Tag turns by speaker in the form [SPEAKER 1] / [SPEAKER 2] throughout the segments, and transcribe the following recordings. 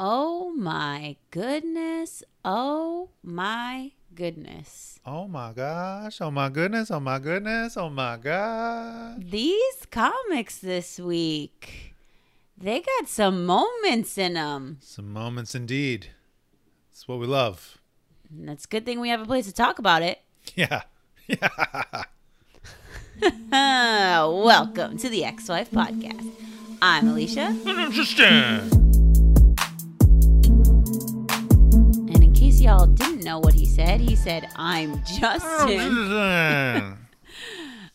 [SPEAKER 1] Oh my goodness. Oh my goodness.
[SPEAKER 2] Oh my gosh. Oh my goodness. Oh my goodness. Oh my god.
[SPEAKER 1] These comics this week, they got some moments in them.
[SPEAKER 2] Some moments indeed. It's what we love.
[SPEAKER 1] And it's a good thing we have a place to talk about it.
[SPEAKER 2] Yeah. Yeah.
[SPEAKER 1] Uh, Welcome to the Ex Wife Podcast. I'm Alicia. And in case y'all didn't know what he said, he said, I'm Justin.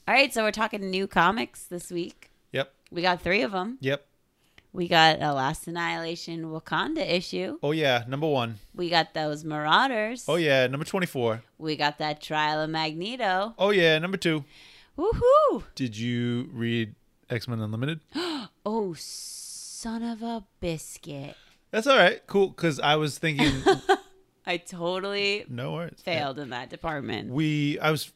[SPEAKER 1] All right, so we're talking new comics this week.
[SPEAKER 2] yep.
[SPEAKER 1] We got three of them.
[SPEAKER 2] Yep.
[SPEAKER 1] We got a Last Annihilation Wakanda issue.
[SPEAKER 2] Oh yeah. Number one.
[SPEAKER 1] We got those Marauders.
[SPEAKER 2] Oh yeah. Number twenty-four.
[SPEAKER 1] We got that Trial of Magneto.
[SPEAKER 2] Oh yeah. Number two.
[SPEAKER 1] Woohoo!
[SPEAKER 2] Did you read X Men Unlimited?
[SPEAKER 1] Oh, son of a biscuit.
[SPEAKER 2] That's all right. Cool. Because I was thinking,
[SPEAKER 1] I totally
[SPEAKER 2] no worries.
[SPEAKER 1] failed in that department.
[SPEAKER 2] we i was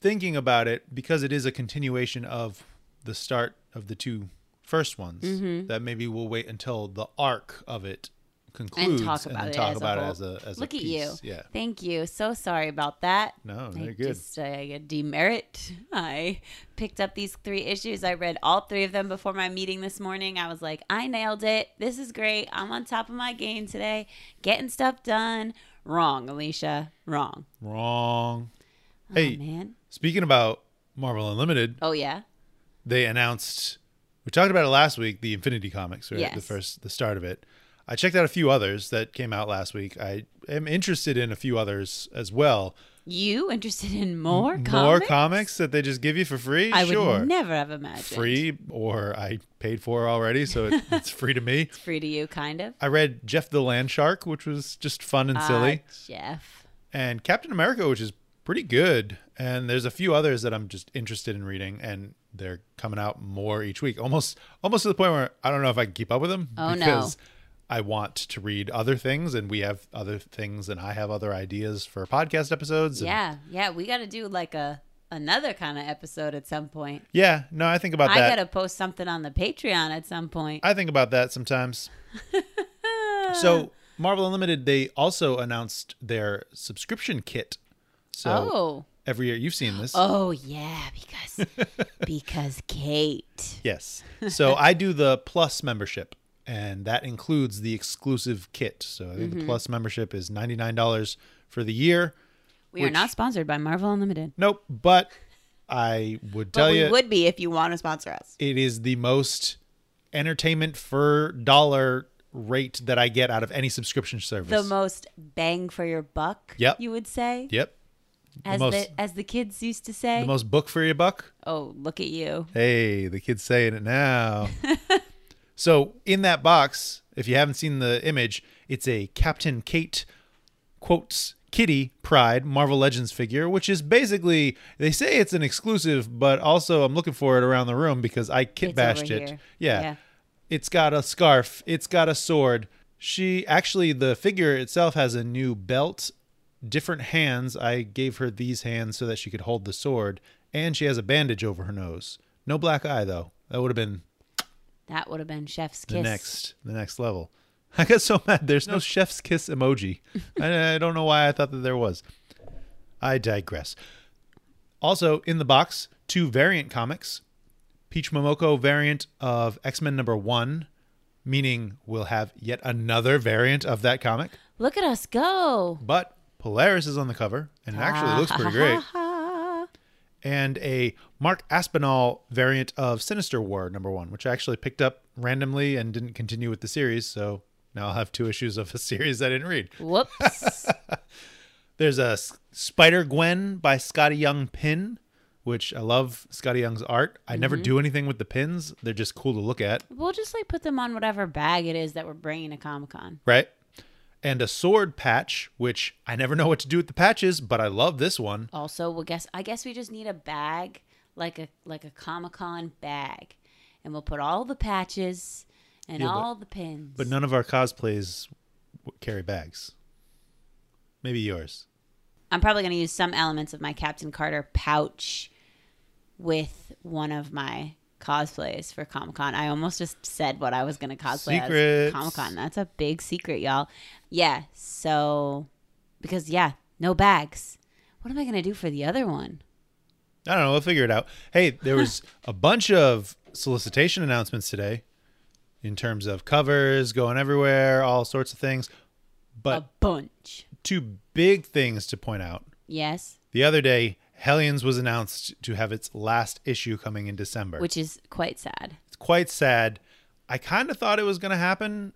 [SPEAKER 2] thinking about it because it is a continuation of the start of the two first ones
[SPEAKER 1] Mm-hmm.
[SPEAKER 2] that maybe we'll wait until the arc of it concludes
[SPEAKER 1] talk about
[SPEAKER 2] then
[SPEAKER 1] it
[SPEAKER 2] talk
[SPEAKER 1] as a
[SPEAKER 2] about it
[SPEAKER 1] whole.
[SPEAKER 2] as a as
[SPEAKER 1] Look
[SPEAKER 2] a
[SPEAKER 1] at you.
[SPEAKER 2] piece. yeah
[SPEAKER 1] Thank you. So sorry about that.
[SPEAKER 2] no
[SPEAKER 1] I
[SPEAKER 2] very good
[SPEAKER 1] just uh, I get demerit. I picked up these three issues. I read all three of them before my meeting this morning. I was like, I nailed it. This is great. I'm on top of my game today. Getting stuff done. Wrong, Alicia. Wrong.
[SPEAKER 2] wrong hey
[SPEAKER 1] Oh, man.
[SPEAKER 2] speaking about marvel unlimited
[SPEAKER 1] Oh yeah.
[SPEAKER 2] they announced we talked about it last week the infinity comics right the
[SPEAKER 1] Yes.
[SPEAKER 2] first the start of it i checked out a few others that came out last week i am interested in a few others as well
[SPEAKER 1] You interested in more comics?
[SPEAKER 2] more comics that they just give you for free
[SPEAKER 1] I
[SPEAKER 2] sure
[SPEAKER 1] would never have imagined.
[SPEAKER 2] free or I paid for already, so it, it's free to me.
[SPEAKER 1] Free to you, kind of.
[SPEAKER 2] I read Jeff the Land Shark, which was just fun and silly,
[SPEAKER 1] Ah, Jeff.
[SPEAKER 2] and Captain America, which is pretty good. And there's a few others that I'm just interested in reading, and they're coming out more each week. Almost, almost to the point where I don't know if I can keep up with them
[SPEAKER 1] Oh, no.
[SPEAKER 2] because I want to read other things, and we have other things, and I have other ideas for podcast episodes. and-
[SPEAKER 1] Yeah, yeah. We got to do like a another kind of episode at some point.
[SPEAKER 2] yeah. No, I think about
[SPEAKER 1] I
[SPEAKER 2] that.
[SPEAKER 1] got to post something on the Patreon at some point.
[SPEAKER 2] I think about that sometimes. so Marvel Unlimited, they also announced their subscription kit. So
[SPEAKER 1] oh,
[SPEAKER 2] every year you've seen this.
[SPEAKER 1] oh yeah, because because Kate.
[SPEAKER 2] Yes. So I do the plus membership and that includes the exclusive kit. So I think
[SPEAKER 1] Mm-hmm.
[SPEAKER 2] the plus membership is $99 for the year.
[SPEAKER 1] We are
[SPEAKER 2] Which-
[SPEAKER 1] not sponsored by Marvel Unlimited,
[SPEAKER 2] Nope, but I would tell
[SPEAKER 1] but we
[SPEAKER 2] you
[SPEAKER 1] would be if you want to sponsor us.
[SPEAKER 2] it is the most entertainment for dollar rate that I get out of any subscription service.
[SPEAKER 1] The most bang for your buck.
[SPEAKER 2] Yep.
[SPEAKER 1] You would say,
[SPEAKER 2] yep.
[SPEAKER 1] as
[SPEAKER 2] most-
[SPEAKER 1] the as the kids used to say.
[SPEAKER 2] The most book for your buck.
[SPEAKER 1] oh, look at you.
[SPEAKER 2] Hey, the kid's saying it now. so, in that box, if you haven't seen the image, it's a Captain Kate quotes Kitty Pride Marvel Legends figure, which is basically they say it's an exclusive, but also I'm looking for it around the room because I kit
[SPEAKER 1] It's
[SPEAKER 2] bashed
[SPEAKER 1] over
[SPEAKER 2] it.
[SPEAKER 1] here.
[SPEAKER 2] Yeah.
[SPEAKER 1] Yeah.
[SPEAKER 2] It's got a scarf, it's got a sword. She actually the figure itself has a new belt, different hands. I gave her these hands so that she could hold the sword, and she has a bandage over her nose. No black eye though. That would have been
[SPEAKER 1] That would have been Chef's
[SPEAKER 2] the
[SPEAKER 1] kiss.
[SPEAKER 2] next the next level. I got so mad. There's no chef's kiss emoji. I, I don't know why I thought that there was. I digress. Also in the box, two variant comics. Peach Momoko variant of X Men number one, meaning we'll have yet another variant of that comic.
[SPEAKER 1] Look at us go.
[SPEAKER 2] But Polaris is on the cover, and it actually looks pretty great.
[SPEAKER 1] Ah.
[SPEAKER 2] and a Mark Aspinall variant of Sinister War number one, which I actually picked up randomly and didn't continue with the series. So now I'll have two issues of a series I didn't read.
[SPEAKER 1] Whoops.
[SPEAKER 2] There's a Spider Gwen by Scotty Young pin, which I love Scotty Young's art. I never do anything with the pins, they're just cool to look at,
[SPEAKER 1] we'll just like put them on whatever bag it is that we're bringing to Comic Con.
[SPEAKER 2] right? And a sword patch, which I never know what to do with the patches, but I love this one.
[SPEAKER 1] Also, we'll guess. I guess we just need a bag, like a like a Comic Con bag, and we'll put all the patches and
[SPEAKER 2] Yeah, but-
[SPEAKER 1] all the pins.
[SPEAKER 2] But none of our cosplays w- carry bags. Maybe yours.
[SPEAKER 1] I'm probably gonna use some elements of my Captain Carter pouch with one of my cosplays for Comic Con. I almost just said what I was going to cosplay
[SPEAKER 2] Secrets.
[SPEAKER 1] as Comic Con. That's a big secret, y'all. Yeah. So, because, yeah, no bags. What am I going to do for the other one?
[SPEAKER 2] I don't know. We'll figure it out. Hey, there was a bunch of solicitation announcements today in terms of covers going everywhere, all sorts of things.
[SPEAKER 1] A
[SPEAKER 2] But
[SPEAKER 1] bunch.
[SPEAKER 2] two big things to point out.
[SPEAKER 1] Yes.
[SPEAKER 2] The other day, Hellions was announced to have its last issue coming in December.
[SPEAKER 1] Which is quite sad.
[SPEAKER 2] it's quite sad. I kind of thought it was going to happen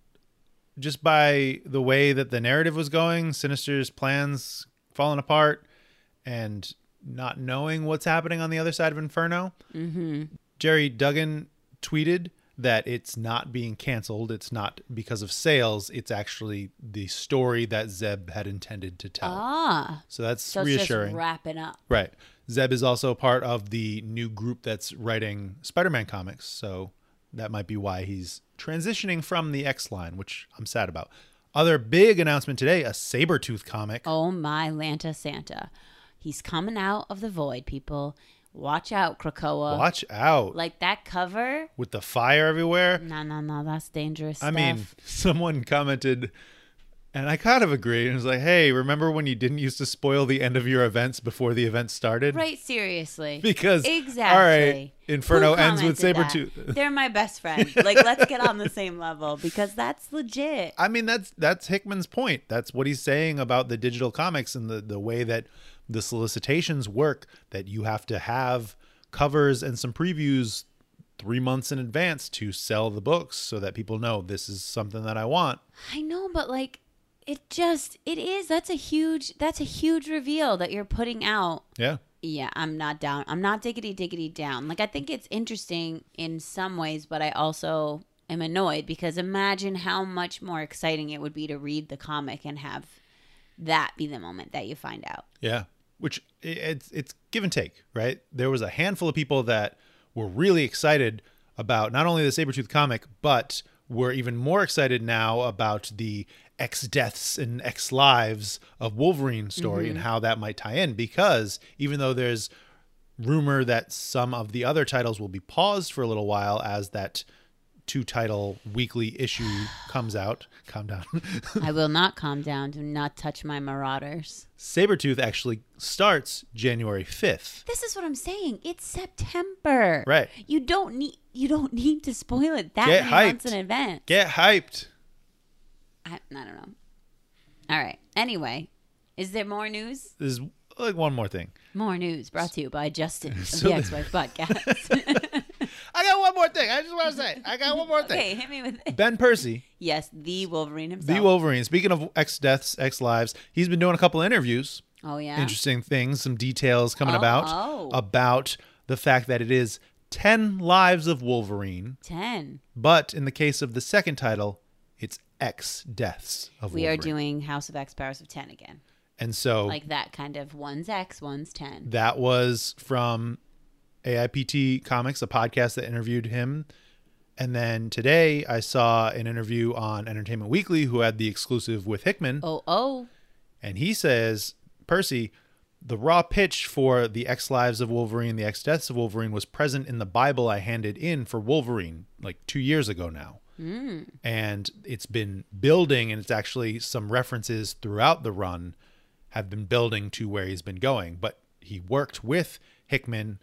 [SPEAKER 2] just by the way that the narrative was going, Sinister's plans falling apart, and not knowing what's happening on the other side of Inferno. Mm-hmm. Jerry Duggan tweeted that it's not being canceled. It's not because of sales. It's actually the story that Zeb had intended to tell.
[SPEAKER 1] Ah.
[SPEAKER 2] so that's
[SPEAKER 1] So it's
[SPEAKER 2] reassuring.
[SPEAKER 1] just wrapping up.
[SPEAKER 2] Right. Zeb is also part of the new group that's writing Spider Man comics. So that might be why he's transitioning from the X line, which I'm sad about. Other big announcement today a Sabretooth comic.
[SPEAKER 1] Oh my Lanta Santa. He's coming out of the void, people. Watch out, Krakoa.
[SPEAKER 2] Watch out
[SPEAKER 1] uh, Like that cover?
[SPEAKER 2] with the fire everywhere.
[SPEAKER 1] No, no, no. That's dangerous.
[SPEAKER 2] I
[SPEAKER 1] stuff.
[SPEAKER 2] mean, someone commented, and I kind of agree. It was like, hey, remember when you didn't used to spoil the end of your events before the event started?
[SPEAKER 1] Right, seriously.
[SPEAKER 2] Because,
[SPEAKER 1] exactly.
[SPEAKER 2] all right, Inferno
[SPEAKER 1] Who
[SPEAKER 2] ends with
[SPEAKER 1] commented that?
[SPEAKER 2] Sabretooth.
[SPEAKER 1] They're my best friend. Like, let's get on the same level because that's legit.
[SPEAKER 2] I mean that's that's Hickman's point. That's what he's saying about the digital comics and the the way that the solicitations work that you have to have covers and some previews 3 months in advance to sell the books so that people know this is something that I want.
[SPEAKER 1] I know, but like it just it is that's a huge that's a huge reveal that you're putting out.
[SPEAKER 2] Yeah.
[SPEAKER 1] Yeah, I'm not down. I'm not diggity diggity down. Like I think it's interesting in some ways, but I also am annoyed because imagine how much more exciting it would be to read the comic and have that be the moment that you find out.
[SPEAKER 2] Yeah, which i- it's it's give and take, right? There was a handful of people that were really excited about not only the Sabretooth comic, but were even more excited now about the X deaths and X lives of Wolverine story and how that might tie in because even though there's rumor that some of the other titles will be paused for a little while as that two title weekly issue comes out. Calm down.
[SPEAKER 1] I will not calm down. Do not touch my marauders.
[SPEAKER 2] Sabretooth actually starts January 5th.
[SPEAKER 1] This is what I'm saying. It's September.
[SPEAKER 2] Right.
[SPEAKER 1] You don't need you don't need to spoil it that
[SPEAKER 2] Get
[SPEAKER 1] many months
[SPEAKER 2] hyped.
[SPEAKER 1] in advance.
[SPEAKER 2] Get hyped.
[SPEAKER 1] I, I don't know. All right. Anyway, is there more news?
[SPEAKER 2] There's like one more thing.
[SPEAKER 1] More news brought to you by Justin of
[SPEAKER 2] So-
[SPEAKER 1] the Ex Wife Podcast.
[SPEAKER 2] I got one more thing. I just want to say. I got one more
[SPEAKER 1] okay, hit me with it.
[SPEAKER 2] Ben Percy,
[SPEAKER 1] Yes, the Wolverine
[SPEAKER 2] the
[SPEAKER 1] himself.
[SPEAKER 2] Wolverine. Speaking of ex deaths, ex lives, he's been doing a couple interviews.
[SPEAKER 1] oh yeah.
[SPEAKER 2] Interesting things, some details coming
[SPEAKER 1] Oh,
[SPEAKER 2] about
[SPEAKER 1] oh.
[SPEAKER 2] about the fact that it is ten lives of Wolverine,
[SPEAKER 1] Ten.
[SPEAKER 2] but in the case of the second title, it's X deaths of
[SPEAKER 1] We
[SPEAKER 2] Wolverine.
[SPEAKER 1] are doing House of X Powers of Ten again.
[SPEAKER 2] and so
[SPEAKER 1] Like that kind of one's X, one's ten.
[SPEAKER 2] That was from AIPT Comics, a podcast that interviewed him. And then today I saw an interview on Entertainment Weekly who had the exclusive with Hickman.
[SPEAKER 1] Oh oh.
[SPEAKER 2] And he says, Percy, the raw pitch for the X Lives of Wolverine, the X Deaths of Wolverine was present in the Bible I handed in for Wolverine like two years ago now. And it's been building, and it's actually some references throughout the run have been building to where he's been going. But he worked with Hickman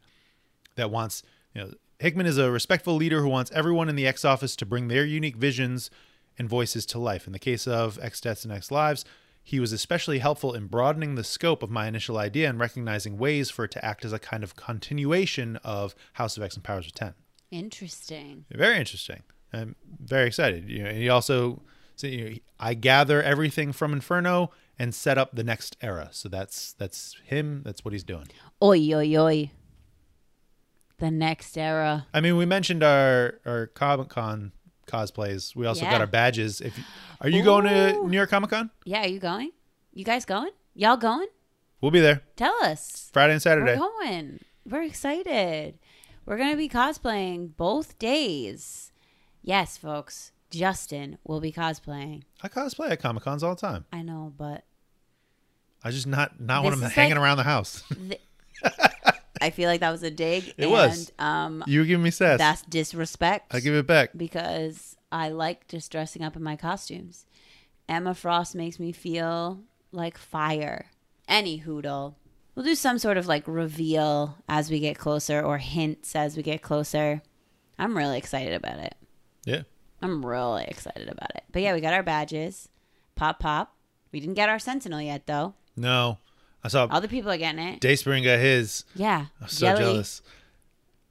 [SPEAKER 2] that wants, you know, Hickman is a respectful leader who wants everyone in the X office to bring their unique visions and voices to life. In the case of X Deaths and X Lives, he was especially helpful in broadening the scope of my initial idea and recognizing ways for it to act as a kind of continuation of House of X and Powers of Ten.
[SPEAKER 1] Interesting.
[SPEAKER 2] Very interesting. I'm very excited. You know, and he also so, you know, he- I gather everything from Inferno and set up the next era. So that's that's him. That's what he's doing.
[SPEAKER 1] Oi oi oi. The next era.
[SPEAKER 2] I mean, we mentioned our our Comic Con cosplays. We also
[SPEAKER 1] Yeah.
[SPEAKER 2] got our badges. If you- are you going to
[SPEAKER 1] Ooh.
[SPEAKER 2] New York Comic Con?
[SPEAKER 1] Yeah, are you going? You guys going? Y'all going?
[SPEAKER 2] We'll be there
[SPEAKER 1] Tell us.
[SPEAKER 2] Friday and Saturday.
[SPEAKER 1] We're going. We're excited. We're going to be cosplaying both days. Yes, folks. Justin will be cosplaying.
[SPEAKER 2] I cosplay at Comic Cons all the time.
[SPEAKER 1] I know, but
[SPEAKER 2] I just not not when
[SPEAKER 1] This
[SPEAKER 2] I'm
[SPEAKER 1] is
[SPEAKER 2] hanging
[SPEAKER 1] like-
[SPEAKER 2] around the house.
[SPEAKER 1] th- I feel like that was a dig.
[SPEAKER 2] It
[SPEAKER 1] and,
[SPEAKER 2] was.
[SPEAKER 1] Um,
[SPEAKER 2] You were giving me sass.
[SPEAKER 1] that's disrespect
[SPEAKER 2] I give it back.
[SPEAKER 1] because I like just dressing up in my costumes. Emma Frost makes me feel like fire. Any hoodle. We'll do some sort of like reveal as we get closer or hints as we get closer. I'm really excited about it.
[SPEAKER 2] Yeah.
[SPEAKER 1] I'm really excited about it. But yeah, we got our badges. Pop pop. We didn't get our sentinel yet though.
[SPEAKER 2] No. I saw
[SPEAKER 1] Other people are getting it.
[SPEAKER 2] Dayspring got his.
[SPEAKER 1] Yeah.
[SPEAKER 2] I'm so jealous.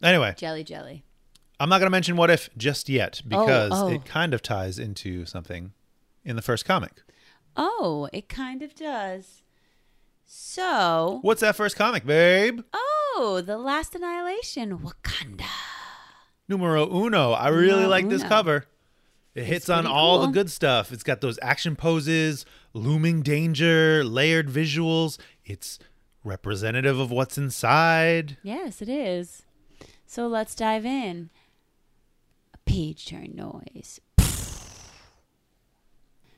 [SPEAKER 2] Anyway,
[SPEAKER 1] Jelly jelly.
[SPEAKER 2] I'm not going to mention what if just yet because
[SPEAKER 1] oh.
[SPEAKER 2] it kind of ties into something in the first comic.
[SPEAKER 1] Oh, it kind of does. So
[SPEAKER 2] What's that first comic, babe?
[SPEAKER 1] Oh, The Last Annihilation, Wakanda.
[SPEAKER 2] Numero uno. I really
[SPEAKER 1] Numero
[SPEAKER 2] like this
[SPEAKER 1] uno.
[SPEAKER 2] cover. It hits on
[SPEAKER 1] pretty
[SPEAKER 2] all the
[SPEAKER 1] cool.
[SPEAKER 2] good stuff. It's got those action poses, looming danger, layered visuals. It's representative of what's inside.
[SPEAKER 1] Yes, it is. So let's dive in. A page turn noise.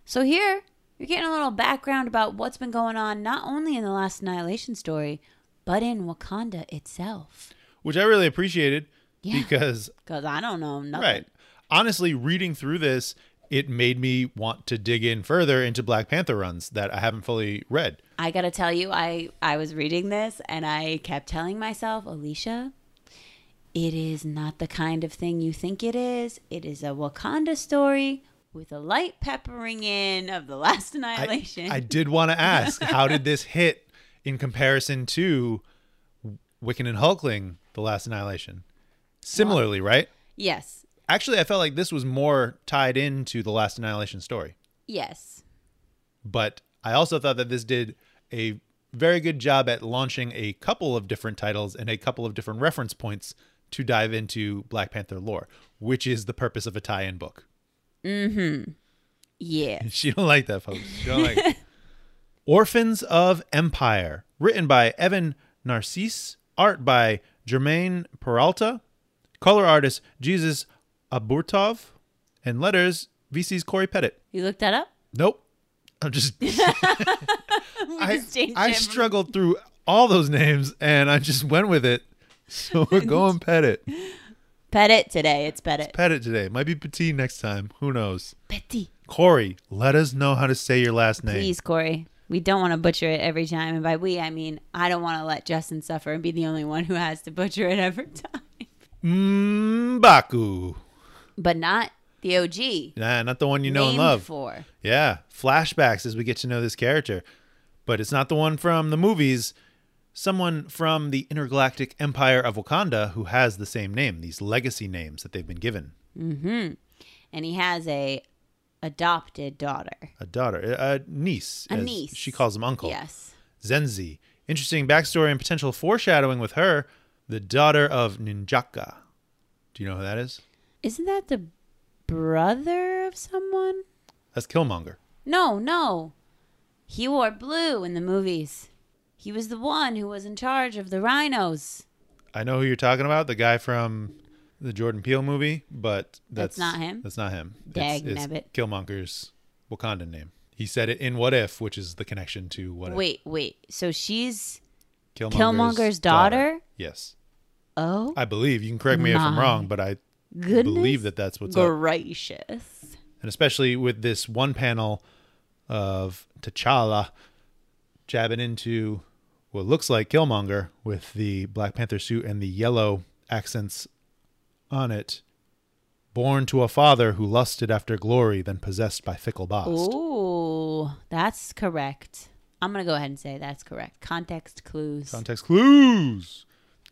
[SPEAKER 1] So here, you're getting a little background about what's been going on not only in the Last Annihilation story, but in Wakanda itself.
[SPEAKER 2] which I really appreciated
[SPEAKER 1] Yeah.
[SPEAKER 2] because,
[SPEAKER 1] Because I don't know nothing.
[SPEAKER 2] right, honestly, reading through this, it made me want to dig in further into Black Panther runs that I haven't fully read.
[SPEAKER 1] I gotta tell you, I I was reading this and I kept telling myself, Alicia, it is not the kind of thing you think it is. It is a Wakanda story with a light peppering in of the last
[SPEAKER 2] I,
[SPEAKER 1] annihilation.
[SPEAKER 2] I did want to ask, how did this hit in comparison to Wiccan and Hulkling, The Last Annihilation? Similarly, right?
[SPEAKER 1] yes,
[SPEAKER 2] Actually, I felt like this was more tied into The Last Annihilation story,
[SPEAKER 1] yes,
[SPEAKER 2] but I also thought that this did a very good job at launching a couple of different titles and a couple of different reference points to dive into Black Panther lore, which is the purpose of a tie-in book.
[SPEAKER 1] yeah.
[SPEAKER 2] She don't like that, folks. She don't like it. Orphans of Empire, written by Evan Narcisse, art by Jermaine Peralta, color artist Jesus Aburtov, and letters VC's Corey Pettit.
[SPEAKER 1] You looked that up.
[SPEAKER 2] Nope. I'm just I,
[SPEAKER 1] just changed
[SPEAKER 2] I
[SPEAKER 1] it from-
[SPEAKER 2] struggled through all those names and I just went with it. So we're going Pettit.
[SPEAKER 1] Pet it today. It's pet it.
[SPEAKER 2] Pettit today. Might be Petit next time. Who knows?
[SPEAKER 1] Petty.
[SPEAKER 2] Corey, let us know how to say your last name.
[SPEAKER 1] Please, Corey. We don't want to butcher it every time, and by we I mean I don't want to let Justin suffer and be the only one who has to butcher it every time.
[SPEAKER 2] Mbaku.
[SPEAKER 1] But not the OG.
[SPEAKER 2] Nah, not the one you know
[SPEAKER 1] named
[SPEAKER 2] and love.
[SPEAKER 1] for.
[SPEAKER 2] Yeah, flashbacks as we get to know this character. But it's not the one from the movies. Someone from the intergalactic empire of Wakanda who has the same name, these legacy names that they've been given.
[SPEAKER 1] and he has a adopted daughter.
[SPEAKER 2] A daughter, a a niece.
[SPEAKER 1] A
[SPEAKER 2] as
[SPEAKER 1] niece.
[SPEAKER 2] She calls him uncle.
[SPEAKER 1] Yes.
[SPEAKER 2] Zenzi. Interesting backstory and potential foreshadowing with her, the daughter of Ninjaka. Do you know who that is?
[SPEAKER 1] Isn't that the brother of someone?
[SPEAKER 2] That's Killmonger.
[SPEAKER 1] No, no. He wore blue in the movies. He was the one who was in charge of the rhinos.
[SPEAKER 2] I know who you're talking about, the guy from the Jordan Peele movie, but that's,
[SPEAKER 1] That's not him?
[SPEAKER 2] That's not him.
[SPEAKER 1] Dag nabbit.
[SPEAKER 2] Killmonger's Wakandan name. He said it in What If, which is the connection to What
[SPEAKER 1] Wait, wait. So she's
[SPEAKER 2] If.
[SPEAKER 1] Killmonger's daughter?
[SPEAKER 2] Yes.
[SPEAKER 1] oh
[SPEAKER 2] I believe. You can correct me if I'm
[SPEAKER 1] My
[SPEAKER 2] wrong, but I
[SPEAKER 1] goodness
[SPEAKER 2] believe that that's what's up.
[SPEAKER 1] gracious.
[SPEAKER 2] And especially with this one panel of T'Challa jabbing into what looks like Killmonger with the Black Panther suit and the yellow accents on it. Born to a father who lusted after glory, then possessed by fickle lust.
[SPEAKER 1] Ooh, that's correct. I'm gonna go ahead and say that's correct. Context clues.
[SPEAKER 2] Context clues.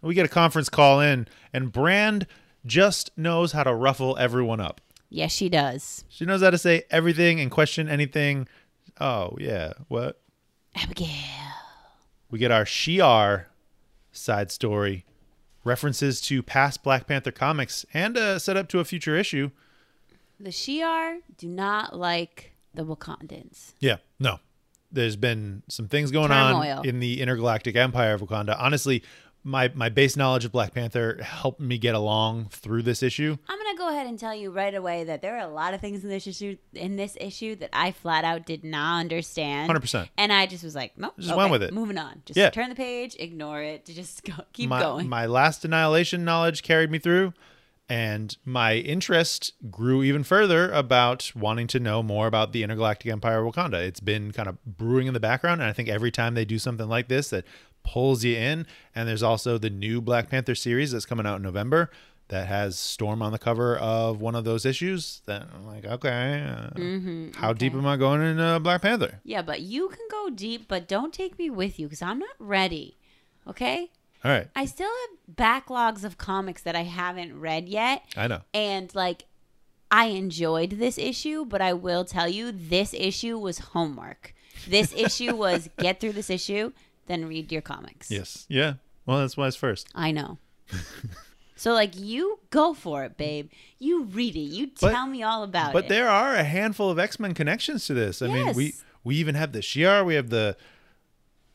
[SPEAKER 2] We get a conference call in, and Brand just knows how to ruffle everyone up.
[SPEAKER 1] yes, she does.
[SPEAKER 2] She knows how to say everything and question anything. Oh, yeah. What?
[SPEAKER 1] Abigail.
[SPEAKER 2] We get our Shi'ar side story, references to past Black Panther comics, and a setup to a future issue.
[SPEAKER 1] The Shi'ar do not like the Wakandans.
[SPEAKER 2] Yeah, no. There's been some things going
[SPEAKER 1] Turmoil.
[SPEAKER 2] on in the intergalactic empire of Wakanda. Honestly, my my base knowledge of Black Panther helped me get along through this issue.
[SPEAKER 1] I'm gonna go ahead and tell you right away that there are a lot of things in this issue in this issue that I flat out did not understand.
[SPEAKER 2] 100%.
[SPEAKER 1] And I just was like, nope.
[SPEAKER 2] Just went
[SPEAKER 1] okay,
[SPEAKER 2] with it.
[SPEAKER 1] Moving on. Just
[SPEAKER 2] Yeah.
[SPEAKER 1] turn the page, ignore it, to just go, keep
[SPEAKER 2] my
[SPEAKER 1] going.
[SPEAKER 2] my last annihilation knowledge carried me through and my interest grew even further about wanting to know more about the intergalactic empire of wakanda it's been kind of brewing in the background and i think every time they do something like this that pulls you in and there's also the new black panther series that's coming out in november that has storm on the cover of one of those issues that i'm like okay uh,
[SPEAKER 1] Mm-hmm,
[SPEAKER 2] how deep am i going in uh, black panther
[SPEAKER 1] yeah, but you can go deep, but don't take me with you because I'm not ready. Okay?
[SPEAKER 2] all right
[SPEAKER 1] I still have backlogs of comics that I haven't read yet.
[SPEAKER 2] i know
[SPEAKER 1] And like I enjoyed this issue, but I will tell you this issue was homework. This issue was get through this issue, then read your comics.
[SPEAKER 2] yes yeah well that's why it's first
[SPEAKER 1] I know. so like you go for it, babe. You read it. You
[SPEAKER 2] But-
[SPEAKER 1] tell me all about
[SPEAKER 2] But
[SPEAKER 1] it.
[SPEAKER 2] there are a handful of X Men connections to this. I mean, we
[SPEAKER 1] Yes.
[SPEAKER 2] we even have the Shi'ar, we have the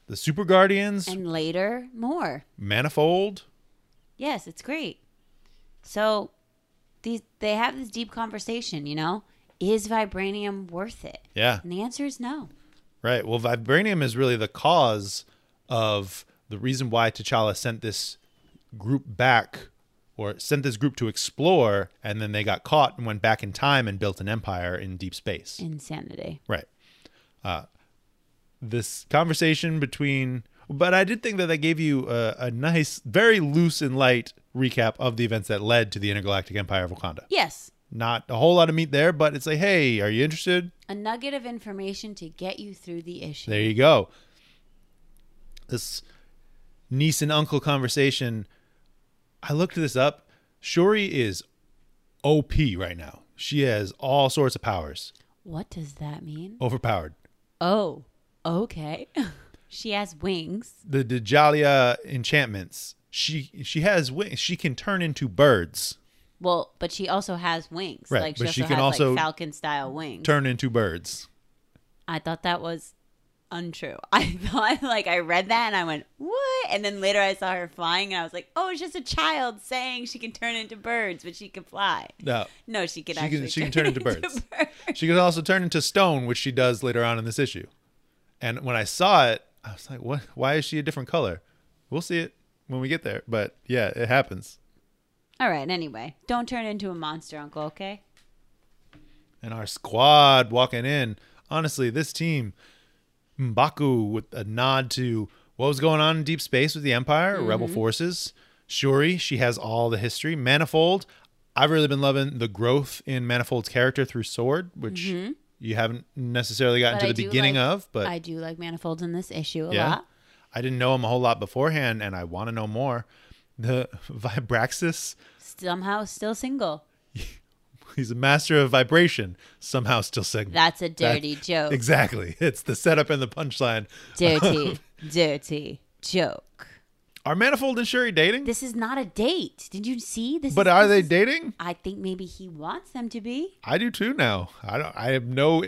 [SPEAKER 2] the Super Guardians,
[SPEAKER 1] and later more.
[SPEAKER 2] Manifold.
[SPEAKER 1] Yes, it's great. So these they have this deep conversation, you know? Is vibranium worth it?
[SPEAKER 2] Yeah,
[SPEAKER 1] And the answer is no.
[SPEAKER 2] right. Well, vibranium is really the cause of the reason why T'Challa sent this group back, or sent this group to explore, and then they got caught and went back in time and built an empire in deep space.
[SPEAKER 1] Insanity.
[SPEAKER 2] Right. Uh, this conversation between, but I did think that that gave you a, a nice, very loose and light recap of the events that led to the intergalactic empire of Wakanda.
[SPEAKER 1] Yes.
[SPEAKER 2] Not a whole lot of meat there, but it's like, hey, are you interested?
[SPEAKER 1] A nugget of information to get you through the issue.
[SPEAKER 2] There you go. This niece and uncle conversation. I looked this up. Shuri is OP right now. She has all sorts of powers.
[SPEAKER 1] What does that mean?
[SPEAKER 2] Overpowered.
[SPEAKER 1] Oh, okay. she has wings.
[SPEAKER 2] the Dejalia enchantments. She she has wings. She can turn into birds.
[SPEAKER 1] Well, but she also has wings.
[SPEAKER 2] Right,
[SPEAKER 1] like she
[SPEAKER 2] but
[SPEAKER 1] also
[SPEAKER 2] she
[SPEAKER 1] has
[SPEAKER 2] can also
[SPEAKER 1] like falcon style wings.
[SPEAKER 2] Turn into birds.
[SPEAKER 1] I thought that was untrue. I thought like I read that and I went, "What?" And then later I saw her flying and I was like, "Oh, it's just a child saying she can turn into birds, but she can fly."
[SPEAKER 2] No.
[SPEAKER 1] No, she can
[SPEAKER 2] She can-
[SPEAKER 1] actually
[SPEAKER 2] she can turn into birds.
[SPEAKER 1] birds.
[SPEAKER 2] She can also turn into stone, which she does later on in this issue. And when I saw it, I was like, "What? Why is she a different color?" We'll see it when we get there. But yeah, it happens.
[SPEAKER 1] All right, anyway, don't turn into a monster, uncle, okay?
[SPEAKER 2] And our squad walking in. Honestly, this team, Mbaku with a nod to what was going on in deep space with the Empire,
[SPEAKER 1] Mm-hmm.
[SPEAKER 2] Rebel forces. Shuri, she has all the history. Manifold, I've really been loving the growth in Manifold's character through Sword, which you haven't necessarily gotten
[SPEAKER 1] Mm-hmm. But
[SPEAKER 2] to
[SPEAKER 1] I
[SPEAKER 2] the
[SPEAKER 1] do
[SPEAKER 2] beginning
[SPEAKER 1] like-
[SPEAKER 2] of, but
[SPEAKER 1] I do like manifolds in this issue a
[SPEAKER 2] yeah.
[SPEAKER 1] lot.
[SPEAKER 2] I didn't know him a whole lot beforehand, and I want to know more. The Vibraxis,
[SPEAKER 1] Somehow still single.
[SPEAKER 2] he's a master of vibration, somehow still segment.
[SPEAKER 1] That's a dirty
[SPEAKER 2] That's-
[SPEAKER 1] joke.
[SPEAKER 2] Exactly. It's the setup and the punchline.
[SPEAKER 1] dirty, dirty joke.
[SPEAKER 2] Are Manifold and Shuri dating?
[SPEAKER 1] This is not a date. Did you see this?
[SPEAKER 2] But
[SPEAKER 1] is-
[SPEAKER 2] are they
[SPEAKER 1] this is-
[SPEAKER 2] dating?
[SPEAKER 1] I think maybe he wants them to be.
[SPEAKER 2] I do too now. I don't. I have no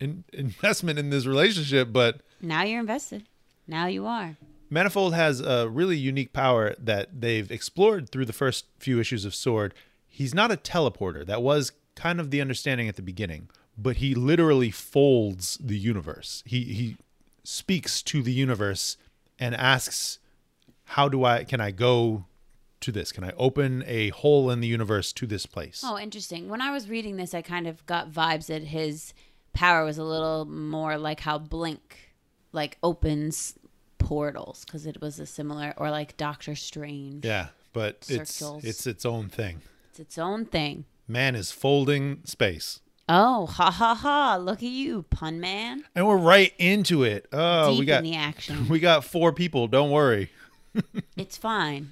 [SPEAKER 2] in, investment in this relationship, but
[SPEAKER 1] Now you're invested. Now you are.
[SPEAKER 2] Manifold has a really unique power that they've explored through the first few issues of Sword. He's not a teleporter. That was kind of the understanding at the beginning, but he literally folds the universe. He he speaks to the universe and asks, "How do I can I go to this? Can I open a hole in the universe to this place?"
[SPEAKER 1] Oh, interesting. When I was reading this, I kind of got vibes that his power was a little more like how Blink like opens portals because it was a similar or like Doctor Strange.
[SPEAKER 2] Yeah, but
[SPEAKER 1] Circles.
[SPEAKER 2] it's it's its own thing.
[SPEAKER 1] It's its own thing.
[SPEAKER 2] Man is folding space.
[SPEAKER 1] Oh, ha ha ha! Look at you, pun man.
[SPEAKER 2] And we're right into it. Oh,
[SPEAKER 1] Deep
[SPEAKER 2] we got
[SPEAKER 1] in the action.
[SPEAKER 2] we got four people. Don't worry.
[SPEAKER 1] It's fine.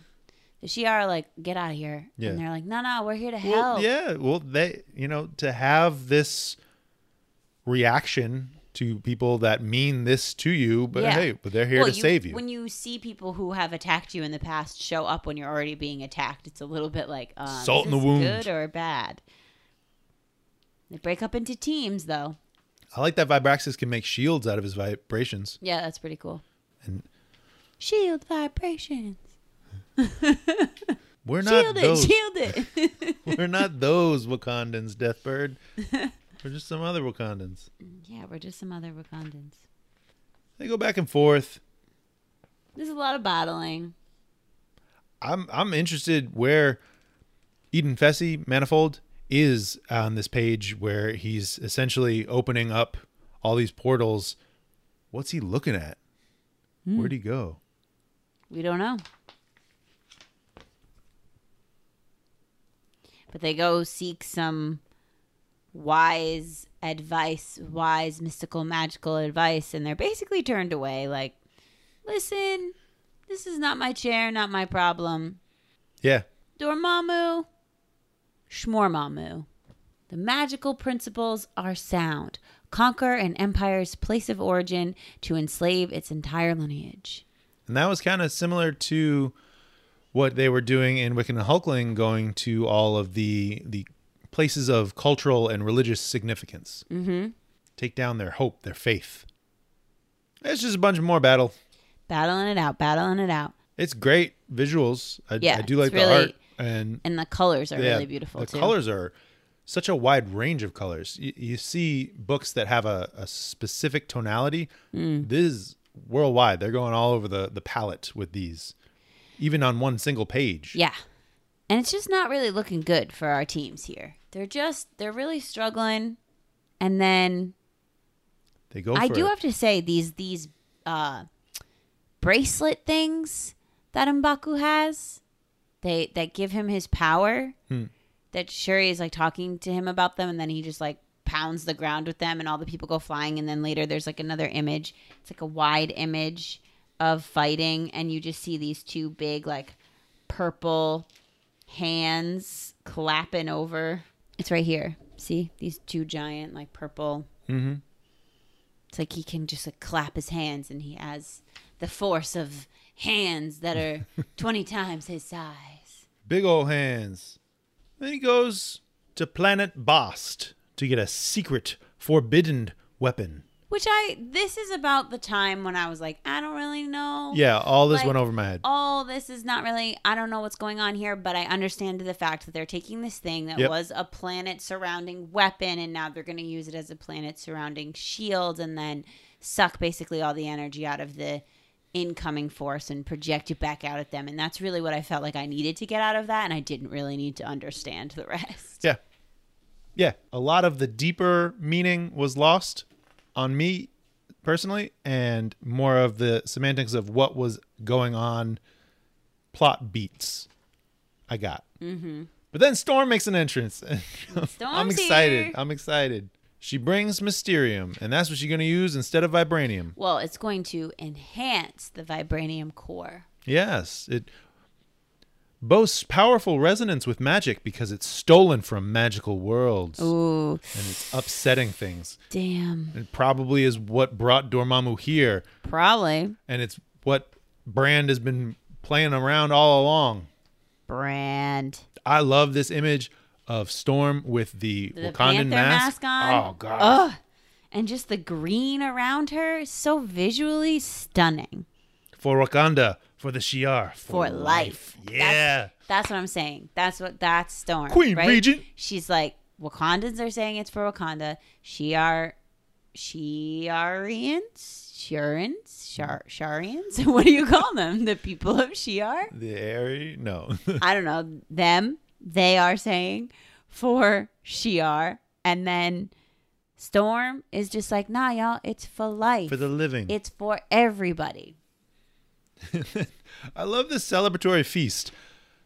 [SPEAKER 1] The Shi'ar are like, get out of here.
[SPEAKER 2] Yeah.
[SPEAKER 1] And they're like, no, no, we're here to
[SPEAKER 2] Well,
[SPEAKER 1] help.
[SPEAKER 2] yeah. Well, they you know to have this reaction to people that mean this to you, but
[SPEAKER 1] Yeah.
[SPEAKER 2] hey, but they're here
[SPEAKER 1] Well,
[SPEAKER 2] to save you.
[SPEAKER 1] When you see people who have attacked you in the past show up when you're already being attacked, it's a little bit like um, is
[SPEAKER 2] Salt in the
[SPEAKER 1] this
[SPEAKER 2] wound.
[SPEAKER 1] good or bad. They break up into teams, though.
[SPEAKER 2] I like that Vibraxis can make shields out of his vibrations.
[SPEAKER 1] Yeah, that's pretty cool.
[SPEAKER 2] And-
[SPEAKER 1] Shield vibrations.
[SPEAKER 2] We're not
[SPEAKER 1] Shield it,
[SPEAKER 2] those.
[SPEAKER 1] shield it.
[SPEAKER 2] We're not those Wakandans, Deathbird. We're just some other Wakandans.
[SPEAKER 1] yeah, we're just some other Wakandans.
[SPEAKER 2] They go back and forth.
[SPEAKER 1] There's a lot of bottling.
[SPEAKER 2] I'm I'm interested where Eden Fessy Manifold is on this page where he's essentially opening up all these portals. Hmm. What's he looking at? Where'd he go?
[SPEAKER 1] We don't know. But they go seek some wise advice, wise mystical magical advice, and they're basically turned away like, listen, this is not my chair, not my problem.
[SPEAKER 2] Yeah.
[SPEAKER 1] Dormammu, Shmormammu. The magical principles are sound. Conquer an empire's place of origin to enslave its entire lineage.
[SPEAKER 2] And that was kind of similar to what they were doing in Wiccan and Hulkling, going to all of the the places of cultural and religious significance. Mm-hmm. Take down their hope, their faith. It's just a bunch of more battle.
[SPEAKER 1] Battling it out, battling it out.
[SPEAKER 2] It's great visuals. I,
[SPEAKER 1] Yeah,
[SPEAKER 2] I do like
[SPEAKER 1] it's
[SPEAKER 2] the
[SPEAKER 1] really-
[SPEAKER 2] art and
[SPEAKER 1] and the colors are
[SPEAKER 2] yeah,
[SPEAKER 1] really beautiful
[SPEAKER 2] The
[SPEAKER 1] too.
[SPEAKER 2] colors are such a wide range of colors. You, you see books that have a, a specific tonality.
[SPEAKER 1] Mm.
[SPEAKER 2] This is worldwide. They're going all over the the palette with these, even on one single page.
[SPEAKER 1] yeah, and it's just not really looking good for our teams here. They're just they're really struggling, and then
[SPEAKER 2] They go.
[SPEAKER 1] I
[SPEAKER 2] for
[SPEAKER 1] do
[SPEAKER 2] it.
[SPEAKER 1] have to say these these uh, bracelet things that Mbaku has, they that give him his power.
[SPEAKER 2] Hmm.
[SPEAKER 1] That Shuri is like talking to him about them, and then he just like pounds the ground with them, and all the people go flying. And then later there's like another image. It's like a wide image of fighting, and you just see these two big like purple hands clapping over. It's right here. See these two giant like purple it's like he can just like clap his hands and he has the force of hands that are 20 times his size.
[SPEAKER 2] big old hands. Then he goes to planet Bast to get a secret forbidden weapon.
[SPEAKER 1] Which I, this is about the time when I was like, I don't really know.
[SPEAKER 2] Yeah, all this
[SPEAKER 1] Like,
[SPEAKER 2] went over my head.
[SPEAKER 1] Oh, this is not really, I don't know what's going on here, but I understand the fact that they're taking this thing that
[SPEAKER 2] Yep.
[SPEAKER 1] was a planet surrounding weapon and now they're going to use it as a planet surrounding shield and then suck basically all the energy out of the incoming force and project it back out at them. And that's really what I felt like I needed to get out of that. And I didn't really need to understand the rest.
[SPEAKER 2] Yeah. Yeah. A lot of the deeper meaning was lost on me personally, and more of the semantics of what was going on, plot beats I got. Mm-hmm. But then Storm makes an entrance. I'm
[SPEAKER 1] Storm's
[SPEAKER 2] excited.
[SPEAKER 1] here.
[SPEAKER 2] I'm excited. She brings Mysterium, and that's what she's going to use instead of Vibranium.
[SPEAKER 1] Well, it's going to enhance the vibranium core.
[SPEAKER 2] Yes. It boasts powerful resonance with magic because it's stolen from magical worlds
[SPEAKER 1] Ooh,
[SPEAKER 2] and it's upsetting things.
[SPEAKER 1] damn.
[SPEAKER 2] It probably is what brought Dormammu here,
[SPEAKER 1] Probably.
[SPEAKER 2] and it's what Brand has been playing around all along.
[SPEAKER 1] Brand.
[SPEAKER 2] I love this image of Storm with the,
[SPEAKER 1] the
[SPEAKER 2] Wakandan
[SPEAKER 1] panther mask.
[SPEAKER 2] mask.
[SPEAKER 1] on.
[SPEAKER 2] Oh god,
[SPEAKER 1] Ugh. And just the green around her is so visually stunning
[SPEAKER 2] for Wakanda, for the Shi'ar,
[SPEAKER 1] for life.
[SPEAKER 2] Yeah,
[SPEAKER 1] That's, that's what I'm saying. That's what that's Storm.
[SPEAKER 2] Queen
[SPEAKER 1] right?
[SPEAKER 2] Regent.
[SPEAKER 1] She's like Wakandans are saying it's for Wakanda. She are Shiarians? Shurans? Shar Sharians? What do you call them? The people of Shiar?
[SPEAKER 2] the Aerie. No,
[SPEAKER 1] I don't know, them, they are saying for Shiar. And then Storm is just like, nah, y'all, it's for life.
[SPEAKER 2] for the living.
[SPEAKER 1] it's for everybody.
[SPEAKER 2] I love this celebratory feast.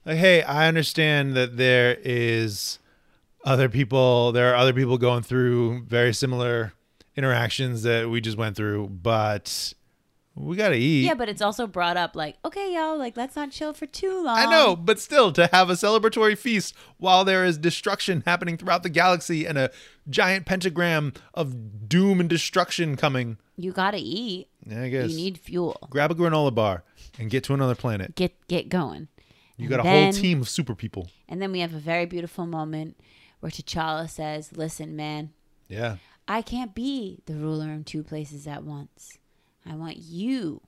[SPEAKER 2] Like, hey, I understand that there is other people, there are other people going through very similar interactions that we just went through, but we got to eat.
[SPEAKER 1] Yeah, but it's also brought up like, okay, y'all, like, let's not chill for too long.
[SPEAKER 2] I know, but still, to have a celebratory feast while there is destruction happening throughout the galaxy and a giant pentagram of doom and destruction coming.
[SPEAKER 1] You got to eat.
[SPEAKER 2] Yeah, I guess.
[SPEAKER 1] You need fuel.
[SPEAKER 2] Grab a granola bar and get to another planet.
[SPEAKER 1] Get get going.
[SPEAKER 2] You got a
[SPEAKER 1] And then-
[SPEAKER 2] whole team of super people.
[SPEAKER 1] And then we have a very beautiful moment where T'Challa says, listen, man,
[SPEAKER 2] Yeah.
[SPEAKER 1] I can't be the ruler in two places at once. I want you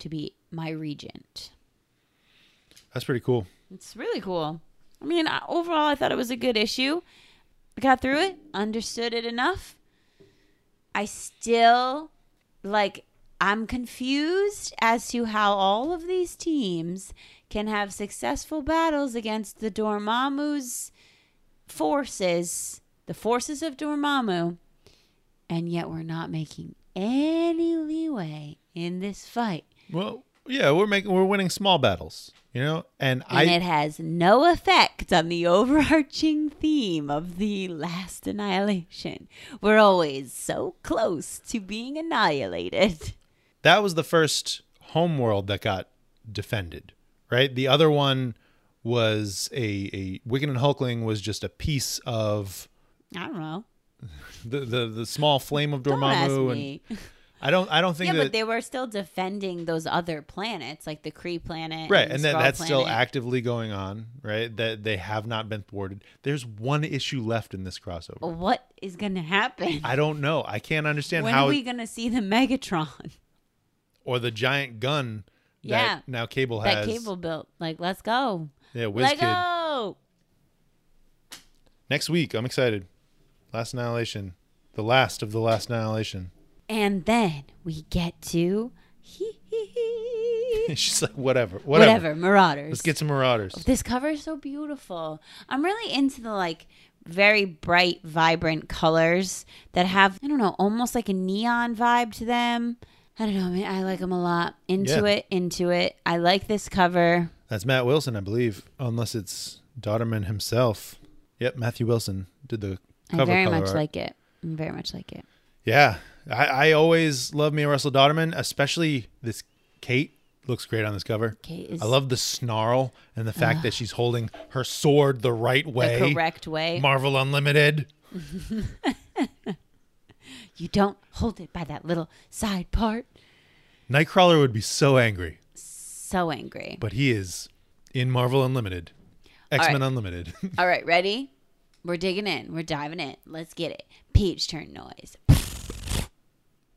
[SPEAKER 1] to be my regent.
[SPEAKER 2] That's pretty cool.
[SPEAKER 1] It's really cool. I mean, I- overall, I thought it was a good issue. I got through it, understood it enough. I still, like, I'm confused as to how all of these teams can have successful battles against the Dormammu's forces, the forces of Dormammu, and yet we're not making any leeway in this fight.
[SPEAKER 2] Well, yeah, we're making we're winning small battles, you know, and
[SPEAKER 1] and
[SPEAKER 2] I
[SPEAKER 1] it has no effect on the overarching theme of the last annihilation. We're always so close to being annihilated.
[SPEAKER 2] that was the first homeworld that got defended, right? The other one was a a Wiccan and Hulkling was just a piece of
[SPEAKER 1] I don't know.
[SPEAKER 2] the the, the small flame of
[SPEAKER 1] Don't ask
[SPEAKER 2] Dormammu, and
[SPEAKER 1] me.
[SPEAKER 2] I don't I don't think
[SPEAKER 1] Yeah,
[SPEAKER 2] that
[SPEAKER 1] but they were still defending those other planets, like the Cree planet,
[SPEAKER 2] right
[SPEAKER 1] and,
[SPEAKER 2] and
[SPEAKER 1] the
[SPEAKER 2] that,
[SPEAKER 1] Skrull
[SPEAKER 2] that's still
[SPEAKER 1] planet.
[SPEAKER 2] actively going on right that they have not been thwarted there's one issue left in this crossover
[SPEAKER 1] What is going to happen?
[SPEAKER 2] i don't know i can't understand
[SPEAKER 1] When
[SPEAKER 2] how
[SPEAKER 1] are we going to see the Megatron
[SPEAKER 2] or the giant gun that
[SPEAKER 1] Yeah.
[SPEAKER 2] now cable
[SPEAKER 1] that
[SPEAKER 2] has
[SPEAKER 1] Cable built? Like, let's go,
[SPEAKER 2] yeah
[SPEAKER 1] let
[SPEAKER 2] WizKid.
[SPEAKER 1] go.
[SPEAKER 2] next week i'm excited last annihilation the last of the last annihilation
[SPEAKER 1] And then we get to
[SPEAKER 2] she's like whatever whatever,
[SPEAKER 1] whatever, Marauders.
[SPEAKER 2] let's get some marauders
[SPEAKER 1] This cover is so beautiful. I'm really into the like very bright, vibrant colors that have I don't know, almost like a neon vibe to them. I don't know. I, mean, I like them a lot. Into
[SPEAKER 2] Yeah.
[SPEAKER 1] it, into it. I like this cover.
[SPEAKER 2] that's matt wilson i believe unless it's dodderman himself yep matthew wilson did the cover
[SPEAKER 1] I very
[SPEAKER 2] color
[SPEAKER 1] much
[SPEAKER 2] art.
[SPEAKER 1] like it. I very much like it.
[SPEAKER 2] Yeah, I, I always love me a Russell Dodderman, especially this Kate looks great on this cover.
[SPEAKER 1] Kate is
[SPEAKER 2] I love the snarl and the fact that she's holding her sword the right way.
[SPEAKER 1] the correct way.
[SPEAKER 2] Marvel Unlimited.
[SPEAKER 1] you don't hold it by that little side part.
[SPEAKER 2] Nightcrawler would be so angry,
[SPEAKER 1] So angry.
[SPEAKER 2] but he is in Marvel Unlimited, X Men Unlimited.
[SPEAKER 1] All right, ready? We're digging in. We're diving in. Let's get it. Page turn noise.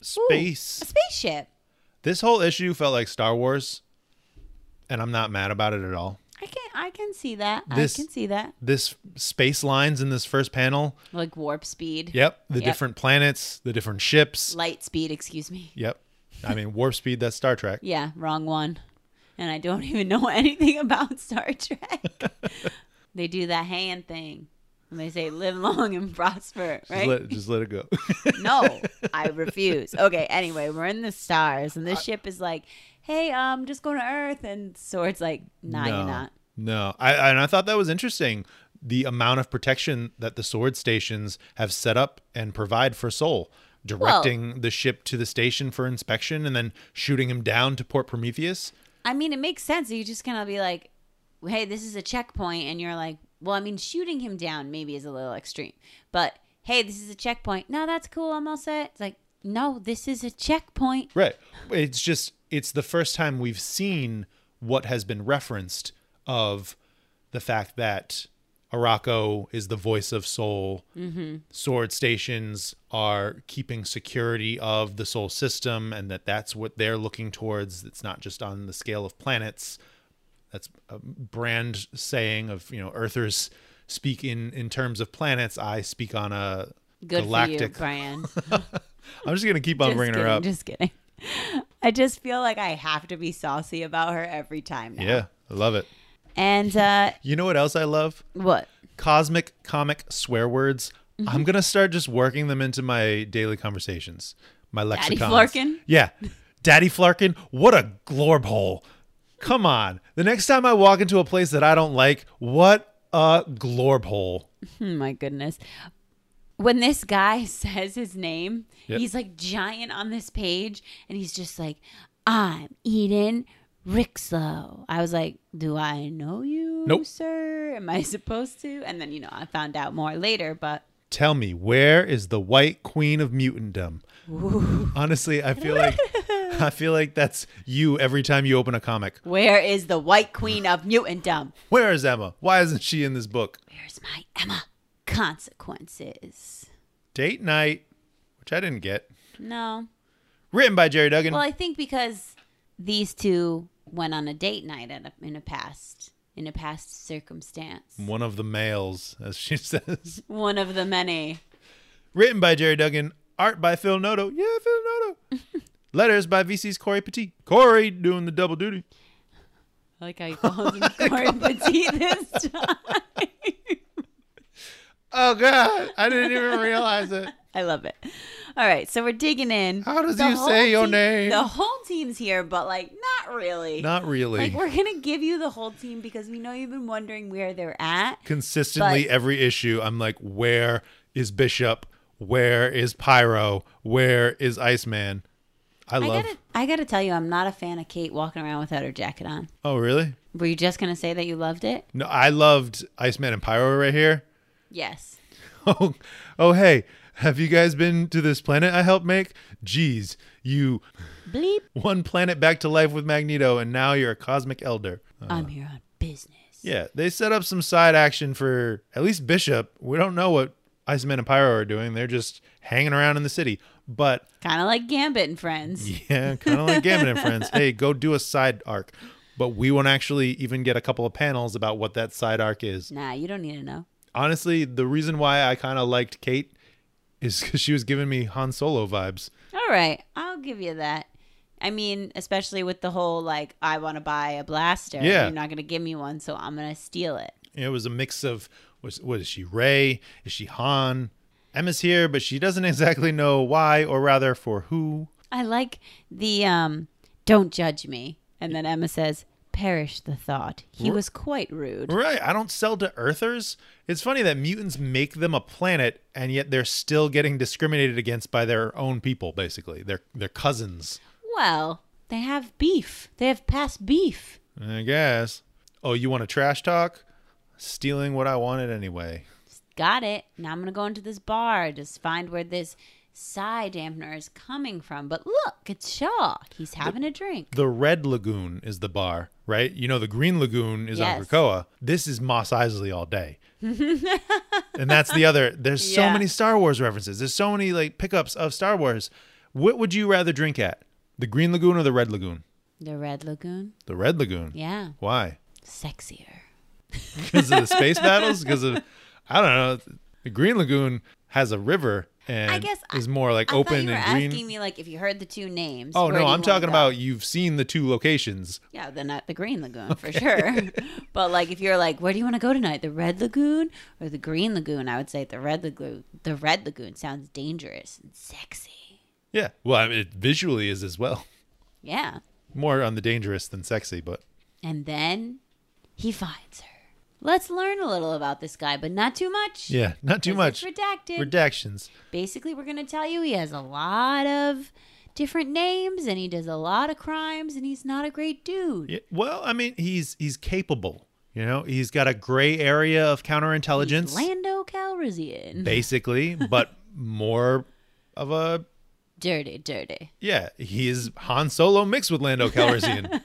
[SPEAKER 2] Space.
[SPEAKER 1] A spaceship.
[SPEAKER 2] This whole issue felt like Star Wars, and I'm not mad about it at all.
[SPEAKER 1] I can I can see that.
[SPEAKER 2] This-
[SPEAKER 1] I can see that.
[SPEAKER 2] This space lines in this first panel.
[SPEAKER 1] Like warp speed.
[SPEAKER 2] Yep, the
[SPEAKER 1] Yep.
[SPEAKER 2] different planets, the different ships.
[SPEAKER 1] Light speed, excuse me.
[SPEAKER 2] Yep. I mean, warp speed, that's Star Trek.
[SPEAKER 1] Yeah, wrong one. And I don't even know anything about Star Trek. they do that hand thing. And they say live long and prosper,
[SPEAKER 2] Just,
[SPEAKER 1] right?
[SPEAKER 2] let, just let it go.
[SPEAKER 1] no, I refuse. Okay, anyway, we're in the stars and the ship is like, "Hey, um just going to Earth." And Sword's like, "Nah,
[SPEAKER 2] no.
[SPEAKER 1] you're not."
[SPEAKER 2] No. I, I- and I thought that was interesting the amount of protection that the sword stations have set up and provide for Soul, directing the ship to the station for inspection and then shooting him down to Port Prometheus.
[SPEAKER 1] I mean, it makes sense. You just kind of be like, hey, this is a checkpoint. And you're like, well, I mean, shooting him down maybe is a little extreme. But hey, this is a checkpoint. No, that's cool. I'm all set. It's like, no, this is a checkpoint.
[SPEAKER 2] Right. It's just, it's the first time we've seen what has been referenced of the fact that Araco is the voice of soul.
[SPEAKER 1] Mm-hmm.
[SPEAKER 2] Sword stations are keeping security of the soul system, and that that's what they're looking towards. It's not just on the scale of planets. That's a brand saying of, you know, Earthers speak in, in terms of planets. I speak on a
[SPEAKER 1] Good for you,
[SPEAKER 2] galactic.
[SPEAKER 1] Brian.
[SPEAKER 2] I'm just going to keep on
[SPEAKER 1] just
[SPEAKER 2] bringing
[SPEAKER 1] kidding,
[SPEAKER 2] her up.
[SPEAKER 1] Just kidding. I just feel like I have to be saucy about her every time now.
[SPEAKER 2] yeah, I love it.
[SPEAKER 1] And uh,
[SPEAKER 2] You know what else I love?
[SPEAKER 1] what?
[SPEAKER 2] Cosmic comic swear words.
[SPEAKER 1] Mm-hmm.
[SPEAKER 2] I'm gonna start just working them into my daily conversations, my
[SPEAKER 1] Daddy
[SPEAKER 2] lexicon.
[SPEAKER 1] Flarkin?
[SPEAKER 2] Yeah, Daddy Flarkin. What a glorb hole. Come on. The next time I walk into a place that I don't like, what a glorb hole.
[SPEAKER 1] Hmm, my goodness. When this guy says his name,
[SPEAKER 2] Yep.
[SPEAKER 1] he's like giant on this page and he's just like, I'm Eden Rixlow. I was like, Do I know you,
[SPEAKER 2] Nope.
[SPEAKER 1] sir? Am I supposed to? And then, you know, I found out more later, but
[SPEAKER 2] Tell me, where is the White Queen of Mutantdom? Honestly, I feel like I feel like that's you every time you open a comic.
[SPEAKER 1] where is the white queen of mutantdom?
[SPEAKER 2] Where is Emma? Why isn't she in this book?
[SPEAKER 1] Where's my Emma? Consequences.
[SPEAKER 2] Date night, which I didn't get.
[SPEAKER 1] No.
[SPEAKER 2] Written by Jerry Duggan.
[SPEAKER 1] Well, I think because these two went on a date night at a, in a past in a past circumstance.
[SPEAKER 2] One of the males, as she says.
[SPEAKER 1] One of the many.
[SPEAKER 2] Written by Jerry Duggan, art by Phil Noto. Yeah, Phil Noto. Letters by VC's Corey Petit. Corey doing the double duty.
[SPEAKER 1] I like oh how he calls him Corin Petit this time.
[SPEAKER 2] Oh God, I didn't even realize it.
[SPEAKER 1] I love it. All right, so we're digging in.
[SPEAKER 2] How does
[SPEAKER 1] The
[SPEAKER 2] you
[SPEAKER 1] whole
[SPEAKER 2] say your
[SPEAKER 1] team-
[SPEAKER 2] name?
[SPEAKER 1] The whole team's here, but like not really.
[SPEAKER 2] Not really.
[SPEAKER 1] Like we're gonna give you the whole team because we know you've been wondering where they're at.
[SPEAKER 2] Consistently,
[SPEAKER 1] but-
[SPEAKER 2] every issue, I'm like, where is Bishop? Where is Pyro? Where is Iceman? I
[SPEAKER 1] I
[SPEAKER 2] love.
[SPEAKER 1] gotta, I gotta tell you, I'm not a fan of Kate walking around without her jacket on.
[SPEAKER 2] Oh, really?
[SPEAKER 1] Were you just gonna say that you loved it?
[SPEAKER 2] No, I loved Iceman and Pyro right here.
[SPEAKER 1] Yes.
[SPEAKER 2] Oh, oh, hey, have you guys been to this planet I helped make? Geez, you
[SPEAKER 1] Bleep.
[SPEAKER 2] one planet back to life with Magneto, and now you're a cosmic elder. Uh,
[SPEAKER 1] I'm here on business.
[SPEAKER 2] yeah, they set up some side action for at least Bishop. We don't know what Iceman and Pyro are doing. They're just hanging around in the city. But
[SPEAKER 1] Kind of like Gambit and Friends.
[SPEAKER 2] yeah, kind of like Gambit and Friends. Hey, go do a side arc. But we won't actually even get a couple of panels about what that side arc is.
[SPEAKER 1] Nah, you don't need to know.
[SPEAKER 2] honestly, the reason why I kind of liked Kate is because she was giving me Han Solo vibes.
[SPEAKER 1] All right, I'll give you that. I mean, especially with the whole like, I want to buy a blaster.
[SPEAKER 2] Yeah.
[SPEAKER 1] You're not gonna give me one, so I'm gonna steal it.
[SPEAKER 2] It was a mix of was what is she Ray? Is she Han? Emma's here, but she doesn't exactly know why, or rather for who.
[SPEAKER 1] I like the um, don't judge me, and then Emma says, "Perish the thought." He was quite rude.
[SPEAKER 2] Right, I don't sell to Earthers. It's funny that mutants make them a planet, and yet they're still getting discriminated against by their own people. Basically, their their cousins.
[SPEAKER 1] Well, they have beef. They have past beef.
[SPEAKER 2] I guess. Oh, you want to trash talk? Stealing what I wanted anyway.
[SPEAKER 1] Got it. Now I'm gonna go into this bar, just find where this sigh dampener is coming from. But look, it's Shaw. He's having a drink.
[SPEAKER 2] the Red Lagoon is the bar, right? You know, the Green Lagoon is on
[SPEAKER 1] Yes.
[SPEAKER 2] Krakoa. This is Moss Isley all day. and that's the other. There's so
[SPEAKER 1] Yeah.
[SPEAKER 2] many Star Wars references. There's so many like pickups of Star Wars. What would you rather drink at? The Green Lagoon or the Red Lagoon?
[SPEAKER 1] The Red Lagoon.
[SPEAKER 2] The Red Lagoon.
[SPEAKER 1] Yeah,
[SPEAKER 2] Why?
[SPEAKER 1] sexier.
[SPEAKER 2] Because of the space battles? Because of, I don't know. The Green Lagoon has a river and
[SPEAKER 1] guess I-
[SPEAKER 2] is more like
[SPEAKER 1] I thought
[SPEAKER 2] open
[SPEAKER 1] you were
[SPEAKER 2] and green.
[SPEAKER 1] asking me like if you heard the two names.
[SPEAKER 2] oh,
[SPEAKER 1] where do
[SPEAKER 2] no.
[SPEAKER 1] you
[SPEAKER 2] I'm
[SPEAKER 1] wanna
[SPEAKER 2] talking
[SPEAKER 1] go?
[SPEAKER 2] about you've seen the two locations.
[SPEAKER 1] Yeah, then at the Green Lagoon for sure. but like, if you're like, where do you want to go tonight? The Red Lagoon or the Green Lagoon? I would say the Red Lagoon. The Red Lagoon sounds dangerous and sexy.
[SPEAKER 2] Yeah. Well, I mean, it visually is as well.
[SPEAKER 1] Yeah.
[SPEAKER 2] more on the dangerous than sexy, but
[SPEAKER 1] And then he finds her. Let's learn a little about this guy, but not too much.
[SPEAKER 2] yeah, not too
[SPEAKER 1] 'cause
[SPEAKER 2] much.
[SPEAKER 1] it's Redacted.
[SPEAKER 2] Redactions.
[SPEAKER 1] Basically, we're gonna tell you he has a lot of different names and he does a lot of crimes and he's not a great dude.
[SPEAKER 2] Yeah, well, I mean, he's he's capable. You know, he's got a gray area of counterintelligence,
[SPEAKER 1] Lando Calrissian.
[SPEAKER 2] basically, but more of a
[SPEAKER 1] dirty, dirty.
[SPEAKER 2] yeah. He is Han Solo mixed with Lando Calrissian.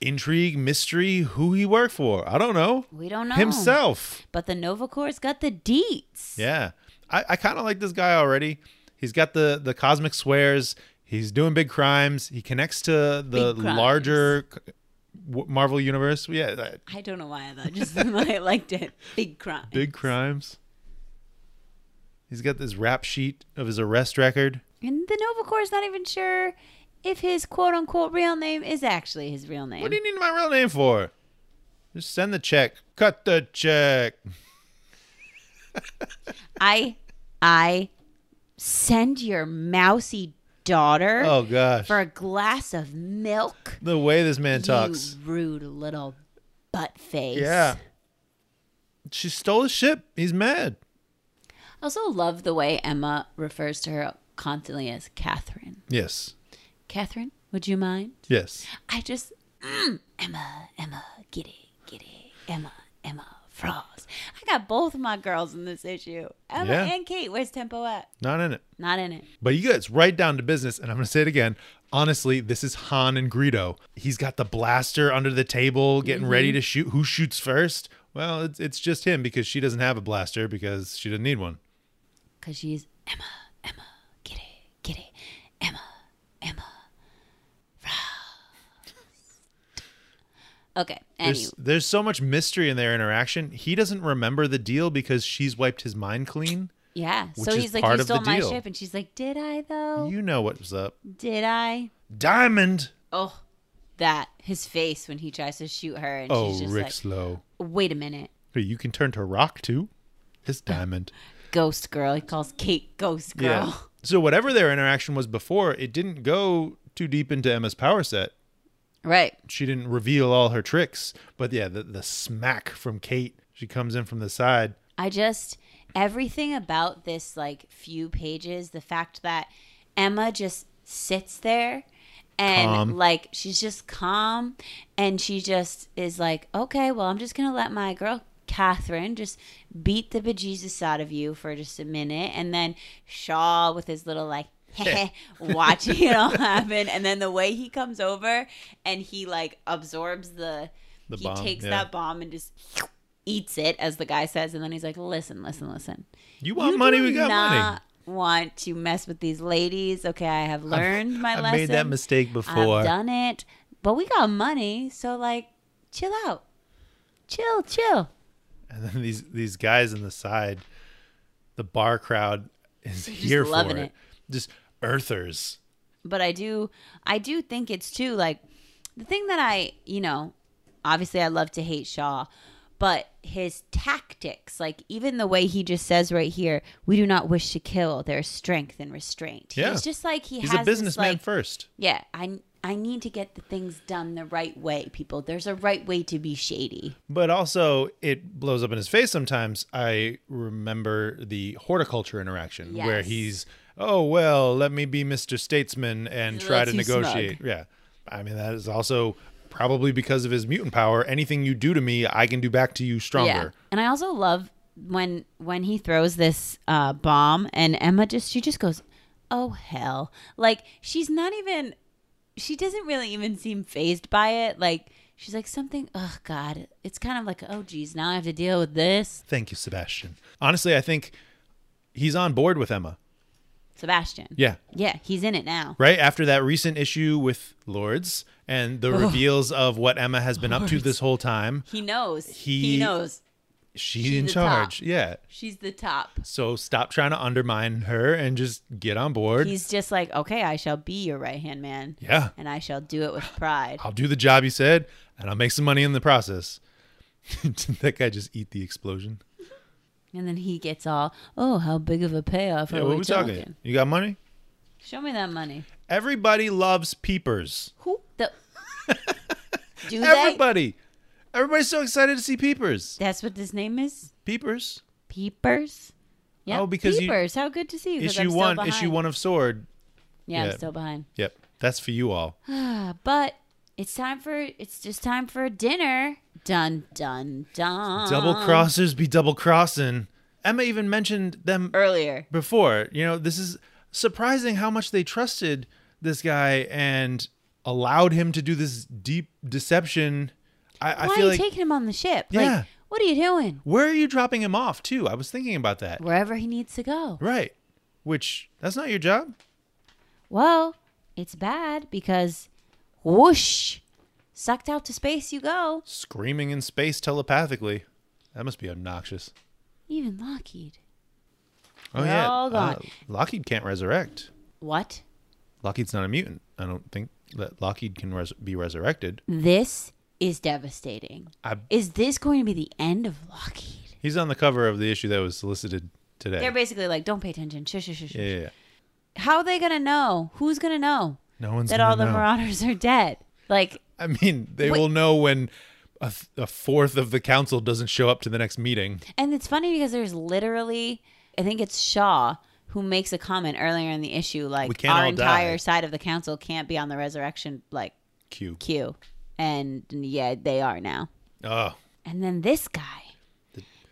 [SPEAKER 2] Intrigue, mystery, who he worked for? I don't know.
[SPEAKER 1] We don't know
[SPEAKER 2] Himself.
[SPEAKER 1] But the Novacor's got the deets.
[SPEAKER 2] Yeah, I, I kind of like this guy already. He's got the the cosmic swears. He's doing big crimes. He connects to the
[SPEAKER 1] Big crimes.
[SPEAKER 2] larger c- w- Marvel universe. Yeah, that-
[SPEAKER 1] I don't know why though. Just I liked it. Big crime.
[SPEAKER 2] big crimes. He's got this rap sheet of his arrest record.
[SPEAKER 1] And the Novacor's not even sure if his quote unquote real name is actually his real name.
[SPEAKER 2] What do you need my real name for? Just send the check. Cut the check.
[SPEAKER 1] I I send your mousy daughter
[SPEAKER 2] Oh gosh,
[SPEAKER 1] for a glass of milk.
[SPEAKER 2] the way this man talks.
[SPEAKER 1] You rude little butt face.
[SPEAKER 2] Yeah. She stole his ship. He's mad.
[SPEAKER 1] I also love the way Emma refers to her constantly as Catherine.
[SPEAKER 2] Yes.
[SPEAKER 1] Catherine, would you mind?
[SPEAKER 2] Yes.
[SPEAKER 1] I just mm, Emma, Emma, giddy, giddy, Emma, Emma, Frost. I got both my girls in this issue. Emma
[SPEAKER 2] Yeah.
[SPEAKER 1] and Kate. Where's Tempo at?
[SPEAKER 2] Not in it.
[SPEAKER 1] Not in it.
[SPEAKER 2] But he gets right down to business, and I'm going to say it again. Honestly, this is Han and Greedo. He's got the blaster under the table, getting
[SPEAKER 1] Mm-hmm.
[SPEAKER 2] ready to shoot. Who shoots first? Well, it's, it's just him because she doesn't have a blaster because she doesn't need one.
[SPEAKER 1] Cause she's Emma, Emma, giddy, giddy, Emma, Emma, Frost. Okay. Anyway.
[SPEAKER 2] There's, there's so much mystery in their interaction. He doesn't remember the deal because she's wiped his mind clean.
[SPEAKER 1] Yeah.
[SPEAKER 2] Which
[SPEAKER 1] So
[SPEAKER 2] is
[SPEAKER 1] he's like,
[SPEAKER 2] part
[SPEAKER 1] you
[SPEAKER 2] of the
[SPEAKER 1] stole my
[SPEAKER 2] deal.
[SPEAKER 1] ship. And she's like, did I though?
[SPEAKER 2] You know what's up.
[SPEAKER 1] Did I?
[SPEAKER 2] Diamond.
[SPEAKER 1] Oh, that. His face when he tries to shoot her. And
[SPEAKER 2] Oh,
[SPEAKER 1] she's just
[SPEAKER 2] Rick
[SPEAKER 1] like,
[SPEAKER 2] Slow.
[SPEAKER 1] wait a minute.
[SPEAKER 2] Hey, you can turn to rock too. This diamond.
[SPEAKER 1] Ghost girl. He calls Kate Ghost Girl.
[SPEAKER 2] So whatever their interaction was before, it didn't go too deep into Emma's power set.
[SPEAKER 1] Right.
[SPEAKER 2] She didn't reveal all her tricks. But yeah, the, the smack from Kate. She comes in from the side.
[SPEAKER 1] I just everything about this like few pages, the fact that Emma just sits there and
[SPEAKER 2] Calm.
[SPEAKER 1] like she's just calm and she just is like, Okay, well I'm just gonna let my girl Catherine just beat the bejesus out of you for just a minute and then Shaw with his little like watching it all happen and then the way he comes over and he like absorbs the,
[SPEAKER 2] The
[SPEAKER 1] he
[SPEAKER 2] bomb,
[SPEAKER 1] takes
[SPEAKER 2] yeah.
[SPEAKER 1] that bomb and just eats it, as the guy says, and then he's like, "Listen, listen, listen.
[SPEAKER 2] You want money?
[SPEAKER 1] do
[SPEAKER 2] We got money.
[SPEAKER 1] not Want to mess with these ladies? Okay, I have learned my
[SPEAKER 2] I
[SPEAKER 1] lesson.
[SPEAKER 2] made that mistake before.
[SPEAKER 1] I've done it, but we got money, so like, chill out, chill, chill.
[SPEAKER 2] And then these these guys in the side, the bar crowd is here for
[SPEAKER 1] loving
[SPEAKER 2] it.
[SPEAKER 1] it.
[SPEAKER 2] Just earthers.
[SPEAKER 1] but I do I do think it's too like the thing that I you know obviously I love to hate Shaw but his tactics like even the way he just says right here we do not wish to kill their strength and restraint
[SPEAKER 2] Yeah.
[SPEAKER 1] he's just like he
[SPEAKER 2] He's
[SPEAKER 1] has
[SPEAKER 2] a businessman
[SPEAKER 1] this, like,
[SPEAKER 2] first.
[SPEAKER 1] yeah I I need to get the things done the right way people there's a right way to be shady
[SPEAKER 2] But also, it blows up in his face sometimes. I remember the horticulture interaction where
[SPEAKER 1] Yes.
[SPEAKER 2] he's, oh, well, let me be Mr. Statesman and
[SPEAKER 1] He's a
[SPEAKER 2] try to
[SPEAKER 1] little too smug.
[SPEAKER 2] negotiate. Yeah. I mean, that is also probably because of his mutant power. Anything you do to me, I can do back to you stronger.
[SPEAKER 1] And I also love when when he throws this uh, bomb and Emma just she just goes, "Oh hell!" Like she's not even she doesn't really even seem phased by it. Like she's like something. Oh god, it's kind of like oh geez, now I have to deal with this.
[SPEAKER 2] Thank you, Sebastian. Honestly, I think he's on board with Emma.
[SPEAKER 1] Sebastian.
[SPEAKER 2] Yeah.
[SPEAKER 1] Yeah, he's in it now.
[SPEAKER 2] Right after that recent issue with Lords and
[SPEAKER 1] Oh.
[SPEAKER 2] the reveals of what Emma has been up to this whole time,
[SPEAKER 1] He knows.
[SPEAKER 2] He-
[SPEAKER 1] He, knows.
[SPEAKER 2] she's
[SPEAKER 1] She's
[SPEAKER 2] in
[SPEAKER 1] the top.
[SPEAKER 2] charge. Yeah.
[SPEAKER 1] She's the top.
[SPEAKER 2] So stop trying to undermine her and just get on board.
[SPEAKER 1] He's just like, okay, I shall be your right hand man,
[SPEAKER 2] yeah,
[SPEAKER 1] and I shall do it with pride.
[SPEAKER 2] I'll do the job you said, and I'll make some money in the process. Did that guy just eat the explosion?
[SPEAKER 1] And then he gets all, oh, how big of a payoff
[SPEAKER 2] Yeah,
[SPEAKER 1] are
[SPEAKER 2] what
[SPEAKER 1] we,
[SPEAKER 2] are we
[SPEAKER 1] talking?
[SPEAKER 2] talking? You got money?
[SPEAKER 1] Show me that money.
[SPEAKER 2] Everybody loves peepers.
[SPEAKER 1] Who the? Do they?
[SPEAKER 2] Everybody. Everybody's so excited to see peepers.
[SPEAKER 1] That's what this name is.
[SPEAKER 2] Peepers.
[SPEAKER 1] Peepers. Yeah.
[SPEAKER 2] Oh, because you-
[SPEAKER 1] peepers. how good to see you. 'cause I'm
[SPEAKER 2] Issue
[SPEAKER 1] still
[SPEAKER 2] one.
[SPEAKER 1] behind.
[SPEAKER 2] Issue one of Sword.
[SPEAKER 1] Yeah,
[SPEAKER 2] yeah.
[SPEAKER 1] I'm still behind.
[SPEAKER 2] Yep. That's for you all.
[SPEAKER 1] Ah, but it's time for it's just time for dinner. Dun dun dun.
[SPEAKER 2] Double crossers be double crossing. Emma even mentioned them
[SPEAKER 1] earlier.
[SPEAKER 2] before. You know, this is surprising how much they trusted this guy and allowed him to do this deep deception. I,
[SPEAKER 1] Why
[SPEAKER 2] I
[SPEAKER 1] are
[SPEAKER 2] feel
[SPEAKER 1] you
[SPEAKER 2] like
[SPEAKER 1] taking him on the ship?
[SPEAKER 2] Yeah.
[SPEAKER 1] Like, what are you doing?
[SPEAKER 2] where are you dropping him off too? I was thinking about that.
[SPEAKER 1] Wherever he needs to go.
[SPEAKER 2] Right. Which that's not your job.
[SPEAKER 1] Well, it's bad because whoosh, sucked out to space you go.
[SPEAKER 2] Screaming in space telepathically. That must be obnoxious.
[SPEAKER 1] Even Lockheed.
[SPEAKER 2] Oh
[SPEAKER 1] They're
[SPEAKER 2] yeah. Uh,
[SPEAKER 1] all gone.
[SPEAKER 2] Lockheed can't resurrect.
[SPEAKER 1] What?
[SPEAKER 2] Lockheed's not a mutant. I don't think that Lockheed can res- be resurrected.
[SPEAKER 1] This is devastating.
[SPEAKER 2] I,
[SPEAKER 1] Is this going to be the end of Lockheed?
[SPEAKER 2] he's on the cover of the issue that was solicited today.
[SPEAKER 1] They're basically like, don't pay attention. Shush, shush, shush.
[SPEAKER 2] yeah,
[SPEAKER 1] shush."
[SPEAKER 2] yeah, yeah.
[SPEAKER 1] How are they going to know? Who's going to know
[SPEAKER 2] No one's
[SPEAKER 1] that
[SPEAKER 2] gonna
[SPEAKER 1] all the
[SPEAKER 2] know.
[SPEAKER 1] Marauders are dead? Like,
[SPEAKER 2] I mean, they
[SPEAKER 1] Wait.
[SPEAKER 2] will know when a, th- a fourth of the council doesn't show up to the next meeting.
[SPEAKER 1] and it's funny because there's literally, I think it's Shaw who makes a comment earlier in the issue like,
[SPEAKER 2] We can't
[SPEAKER 1] our
[SPEAKER 2] all
[SPEAKER 1] entire
[SPEAKER 2] die."
[SPEAKER 1] side of the council can't be on the resurrection, like,
[SPEAKER 2] Q.
[SPEAKER 1] queue. And yeah, they are now.
[SPEAKER 2] Oh,
[SPEAKER 1] And then this guy.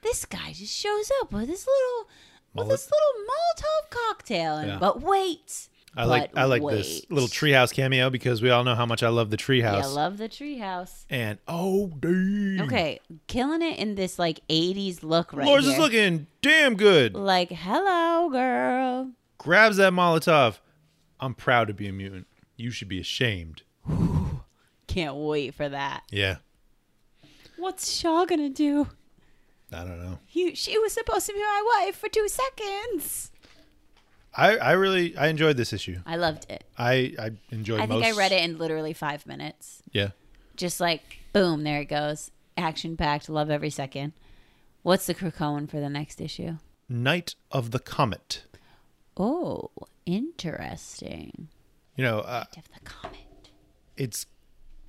[SPEAKER 1] This guy just shows up with this little with
[SPEAKER 2] Mullet.
[SPEAKER 1] this little Molotov cocktail and
[SPEAKER 2] Yeah.
[SPEAKER 1] but wait.
[SPEAKER 2] I like
[SPEAKER 1] But
[SPEAKER 2] I like this
[SPEAKER 1] wait.
[SPEAKER 2] little treehouse cameo because we all know how much I love the
[SPEAKER 1] Yeah, I
[SPEAKER 2] treehouse.
[SPEAKER 1] love the treehouse.
[SPEAKER 2] and oh, damn.
[SPEAKER 1] Okay, killing it in this like 80s look right
[SPEAKER 2] Lars
[SPEAKER 1] here.
[SPEAKER 2] is looking damn good.
[SPEAKER 1] like, hello, girl.
[SPEAKER 2] Grabs that Molotov. I'm proud to be a mutant. You should be ashamed.
[SPEAKER 1] Can't wait for that.
[SPEAKER 2] Yeah.
[SPEAKER 1] What's Shaw gonna do?
[SPEAKER 2] I don't know.
[SPEAKER 1] He, she was supposed to be my wife for two seconds.
[SPEAKER 2] I, I really I enjoyed this issue.
[SPEAKER 1] I loved it.
[SPEAKER 2] I I enjoyed.
[SPEAKER 1] I think
[SPEAKER 2] most,
[SPEAKER 1] I read it in literally five minutes.
[SPEAKER 2] Yeah,
[SPEAKER 1] Just like boom, there it goes. Action packed. Love every second. What's the Krakoan for the next issue?
[SPEAKER 2] Night of the Comet.
[SPEAKER 1] Oh, interesting.
[SPEAKER 2] You know, uh,
[SPEAKER 1] Of the comet.
[SPEAKER 2] it's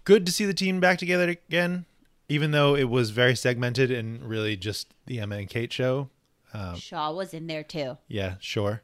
[SPEAKER 2] good to see the team back together again, even though it was very segmented and really just the Emma and Kate show.
[SPEAKER 1] Shaw was in there too.
[SPEAKER 2] Yeah, sure.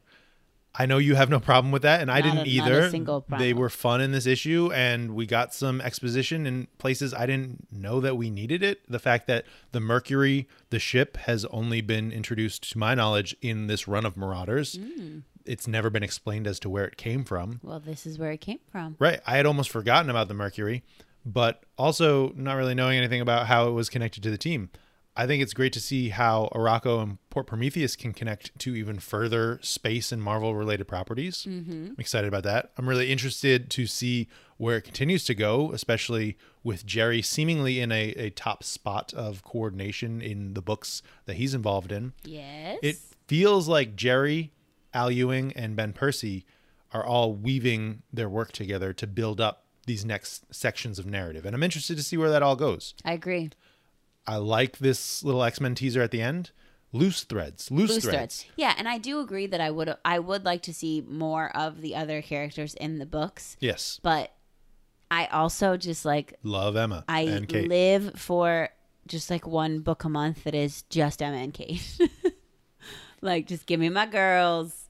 [SPEAKER 2] I know you have no problem with that, and I
[SPEAKER 1] Not
[SPEAKER 2] didn't
[SPEAKER 1] a- not a
[SPEAKER 2] either.
[SPEAKER 1] single
[SPEAKER 2] They
[SPEAKER 1] problem.
[SPEAKER 2] were fun in this issue, and we got some exposition in places I didn't know that we needed it. The fact that the Mercury, the ship, has only been introduced, to my knowledge, in this run of Marauders.
[SPEAKER 1] Mm.
[SPEAKER 2] It's never been explained as to where it came from.
[SPEAKER 1] Well, this is where it came from.
[SPEAKER 2] Right. I had almost forgotten about the Mercury, but also not really knowing anything about how it was connected to the team. I think it's great to see how Araco and Port Prometheus can connect to even further space and Marvel related properties. I'm excited about that. I'm really interested to see where it continues to go, especially with Jerry seemingly in a, a top spot of coordination in the books that he's involved in.
[SPEAKER 1] Yes.
[SPEAKER 2] It feels like Jerry, Al Ewing, and Ben Percy are all weaving their work together to build up these next sections of narrative. And I'm interested to see where that all goes.
[SPEAKER 1] I agree.
[SPEAKER 2] I like this little X Men teaser at the end. Loose threads. Loose,
[SPEAKER 1] Loose
[SPEAKER 2] threads.
[SPEAKER 1] threads. Yeah, and I do agree that I would I would like to see more of the other characters in the books,
[SPEAKER 2] Yes.
[SPEAKER 1] but I also just like
[SPEAKER 2] Love Emma
[SPEAKER 1] I
[SPEAKER 2] and Kate.
[SPEAKER 1] live for just like one book a month that is just Emma and Kate. like, just give me my girls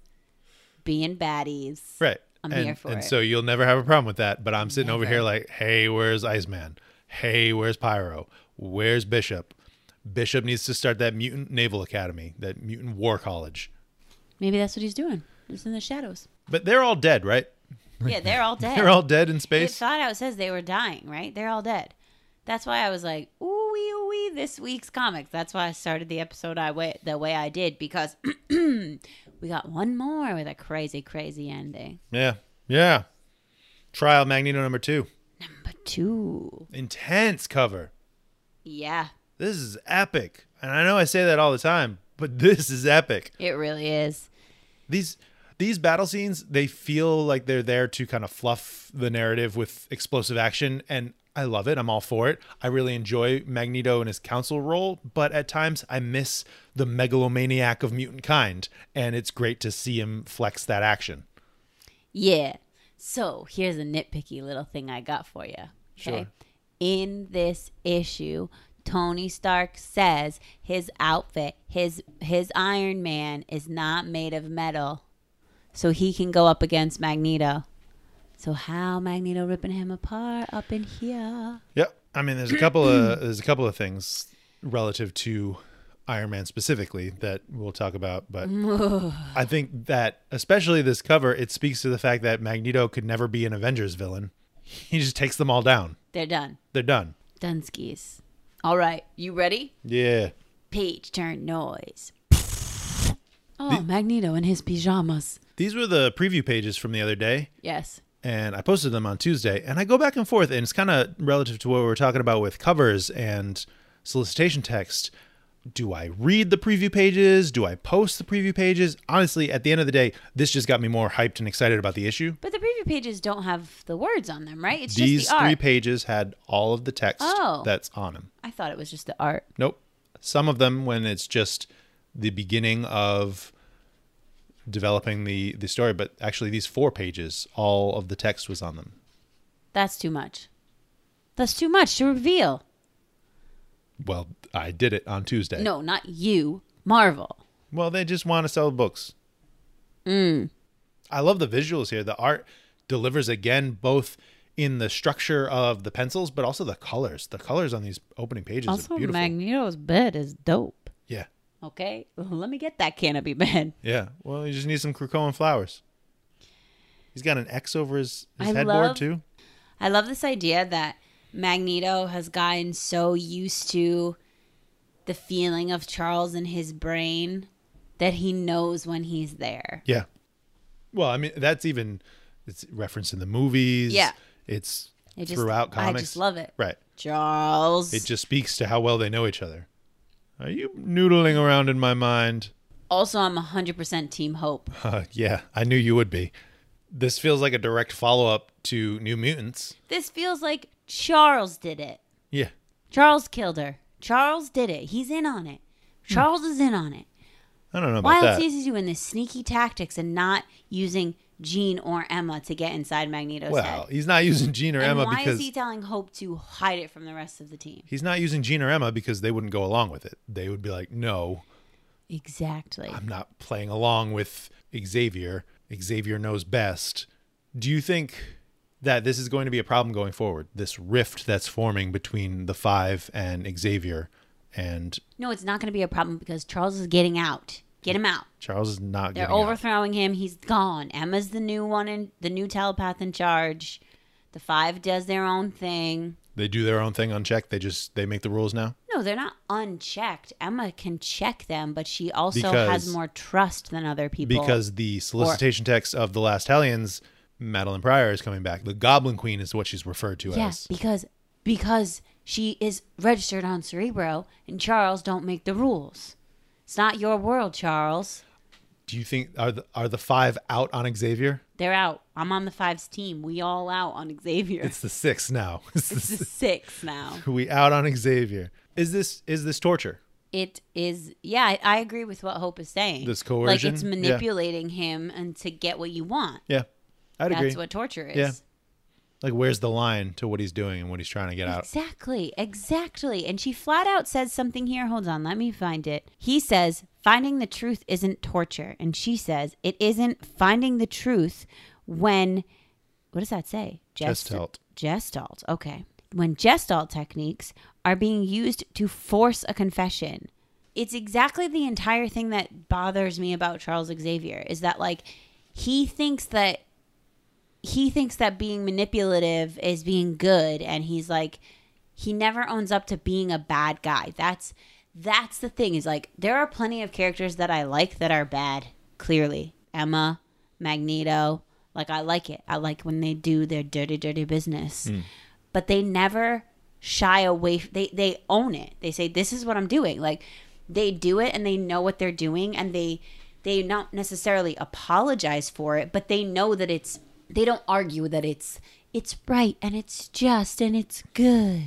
[SPEAKER 1] being baddies.
[SPEAKER 2] right.
[SPEAKER 1] I'm
[SPEAKER 2] and,
[SPEAKER 1] here for
[SPEAKER 2] and
[SPEAKER 1] it.
[SPEAKER 2] so you'll never have a problem with that. But I'm sitting over
[SPEAKER 1] Never.
[SPEAKER 2] here like, hey, where's Iceman? Hey, where's Pyro? Where's Bishop? Bishop needs to start that mutant naval academy, that mutant war college.
[SPEAKER 1] Maybe that's what he's doing. Just in the shadows.
[SPEAKER 2] But they're all dead, right?
[SPEAKER 1] Yeah, they're all dead.
[SPEAKER 2] They're all dead in
[SPEAKER 1] it
[SPEAKER 2] space.
[SPEAKER 1] thought out says they were dying, right? They're all dead. That's why I was like, ooh wee ooh, wee, this week's comics. That's why I started the episode I way the way I did because we got one more with a crazy, crazy ending.
[SPEAKER 2] Yeah. Yeah. Trial Magneto number two.
[SPEAKER 1] Number two.
[SPEAKER 2] Intense cover.
[SPEAKER 1] Yeah,
[SPEAKER 2] This is epic. And I know I say that all the time, but this is epic.
[SPEAKER 1] it really is.
[SPEAKER 2] These these battle scenes, they feel like they're there to kind of fluff the narrative with explosive action and I love it. I'm all for it. I really enjoy Magneto and his council role, but at times I miss the megalomaniac of mutant kind, and it's great to see him flex that action.
[SPEAKER 1] Yeah. So here's a nitpicky little thing I got for you. Okay.
[SPEAKER 2] Sure.
[SPEAKER 1] In this issue, Tony Stark says his outfit, his his Iron Man is not made of metal. So he can go up against Magneto. So how Magneto ripping him apart up in here?
[SPEAKER 2] Yeah, I mean, there's a couple of there's a couple of things relative to Iron Man specifically that we'll talk about, but I think that especially this cover, it speaks to the fact that Magneto could never be an Avengers villain. He just takes them all down.
[SPEAKER 1] They're done.
[SPEAKER 2] They're done.
[SPEAKER 1] Dunskies. All right, you ready?
[SPEAKER 2] Yeah.
[SPEAKER 1] Page turn noise. Oh, Magneto in his pajamas.
[SPEAKER 2] These were the preview pages from the other day,
[SPEAKER 1] Yes.
[SPEAKER 2] and I posted them on Tuesday. And I go back and forth, and it's kind of relative to what we were talking about with covers and solicitation text. Do I read the preview pages? Do I post the preview pages? Honestly, at the end of the day, this just got me more hyped and excited about the issue.
[SPEAKER 1] But the preview pages don't have the words on them, right? It's
[SPEAKER 2] These
[SPEAKER 1] just the
[SPEAKER 2] three
[SPEAKER 1] art.
[SPEAKER 2] pages had all of the text
[SPEAKER 1] Oh.
[SPEAKER 2] that's on them.
[SPEAKER 1] I thought it was just the art.
[SPEAKER 2] Nope. Some of them when it's just the beginning of developing the the story, but actually these four pages, all of the text was on them.
[SPEAKER 1] That's too much. That's too much to reveal.
[SPEAKER 2] Well, I did it on Tuesday.
[SPEAKER 1] No, not you, Marvel.
[SPEAKER 2] Well, they just want to sell books.
[SPEAKER 1] Mm.
[SPEAKER 2] I love the visuals here. The art delivers again both in the structure of the pencils, but also the colors. The colors on these opening pages
[SPEAKER 1] Also,
[SPEAKER 2] are beautiful.
[SPEAKER 1] Magneto's bed is dope.
[SPEAKER 2] yeah.
[SPEAKER 1] Okay, let me get that canopy bed.
[SPEAKER 2] Yeah. Well, you just need some Krakoan flowers. He's got an X over his, his
[SPEAKER 1] I
[SPEAKER 2] headboard
[SPEAKER 1] love-
[SPEAKER 2] too.
[SPEAKER 1] I love this idea that Magneto has gotten so used to the feeling of Charles in his brain that he knows when he's there.
[SPEAKER 2] Yeah. Well, I mean, that's even it's referenced in the movies.
[SPEAKER 1] Yeah.
[SPEAKER 2] It's
[SPEAKER 1] It just-
[SPEAKER 2] throughout
[SPEAKER 1] I
[SPEAKER 2] comics.
[SPEAKER 1] just love it.
[SPEAKER 2] Right.
[SPEAKER 1] Charles.
[SPEAKER 2] It just speaks to how well they know each other. Are you noodling around in my mind?
[SPEAKER 1] also, I'm 100% Team Hope.
[SPEAKER 2] Uh, yeah, I knew you would be. This feels like a direct follow up to New Mutants.
[SPEAKER 1] This feels like Charles did it.
[SPEAKER 2] Yeah.
[SPEAKER 1] Charles killed her. Charles did it. He's in on it. Charles is in on it.
[SPEAKER 2] I don't know Hmm. about
[SPEAKER 1] Why else
[SPEAKER 2] that.
[SPEAKER 1] is he doing this sneaky tactics and not using Jean or Emma to get inside Magneto's
[SPEAKER 2] Well,
[SPEAKER 1] head?
[SPEAKER 2] he's not using Jean or
[SPEAKER 1] And
[SPEAKER 2] Emma
[SPEAKER 1] why
[SPEAKER 2] because
[SPEAKER 1] is he telling Hope to hide it from the rest of the team?
[SPEAKER 2] he's not using Jean or Emma because they wouldn't go along with it. They would be like, "No,
[SPEAKER 1] Exactly.
[SPEAKER 2] I'm not playing along with Xavier. Xavier knows best." Do you think that this is going to be a problem going forward? This rift that's forming between the 5 and Xavier and
[SPEAKER 1] No, it's not going to be a problem because Charles is getting out. Get him out.
[SPEAKER 2] Charles is not
[SPEAKER 1] They're
[SPEAKER 2] getting out.
[SPEAKER 1] overthrowing him. He's gone. Emma's the new one in the new telepath in charge. The five does their own thing.
[SPEAKER 2] They do their own thing unchecked. They just they make the rules now.
[SPEAKER 1] No, they're not unchecked. Emma can check them, but she also has
[SPEAKER 2] Because-
[SPEAKER 1] more trust than other people.
[SPEAKER 2] because the solicitation text of the last hellions madeline pryor is coming back the goblin queen is what she's referred to
[SPEAKER 1] yeah,
[SPEAKER 2] as
[SPEAKER 1] because because she is registered on Cerebro, and Charles don't make the rules. It's not your world, Charles.
[SPEAKER 2] do you think are the, are the five out on xavier
[SPEAKER 1] They're out. I'm on the fives team. We all out on Xavier.
[SPEAKER 2] it's the six now It's the
[SPEAKER 1] it's the six now.
[SPEAKER 2] six. we out on xavier is this is this torture
[SPEAKER 1] it is yeah I, I agree with what hope is saying
[SPEAKER 2] This
[SPEAKER 1] like
[SPEAKER 2] coercion?
[SPEAKER 1] it's
[SPEAKER 2] Yeah.
[SPEAKER 1] manipulating him and to get what you want
[SPEAKER 2] yeah i'd
[SPEAKER 1] that's
[SPEAKER 2] agree
[SPEAKER 1] what torture is
[SPEAKER 2] Yeah. like where's the line to what he's doing and what he's trying to get out
[SPEAKER 1] exactly exactly and she flat out says something here hold on let me find it he says finding the truth isn't torture and she says it isn't finding the truth when what does that say Gest-
[SPEAKER 2] Gestalt.
[SPEAKER 1] gestalt okay when gestalt techniques are being used to force a confession it's exactly the entire thing that bothers me about Charles Xavier is that like he thinks that he thinks that being manipulative is being good and he's like he never owns up to being a bad guy that's that's the thing is like there are plenty of characters that i like that are bad clearly emma magneto like i like it i like when they do their dirty dirty business but they never shy away f- they they own it they say this is what i'm doing like they do it and they know what they're doing and they they not necessarily apologize for it but they know that it's they don't argue that it's it's right and it's just and it's good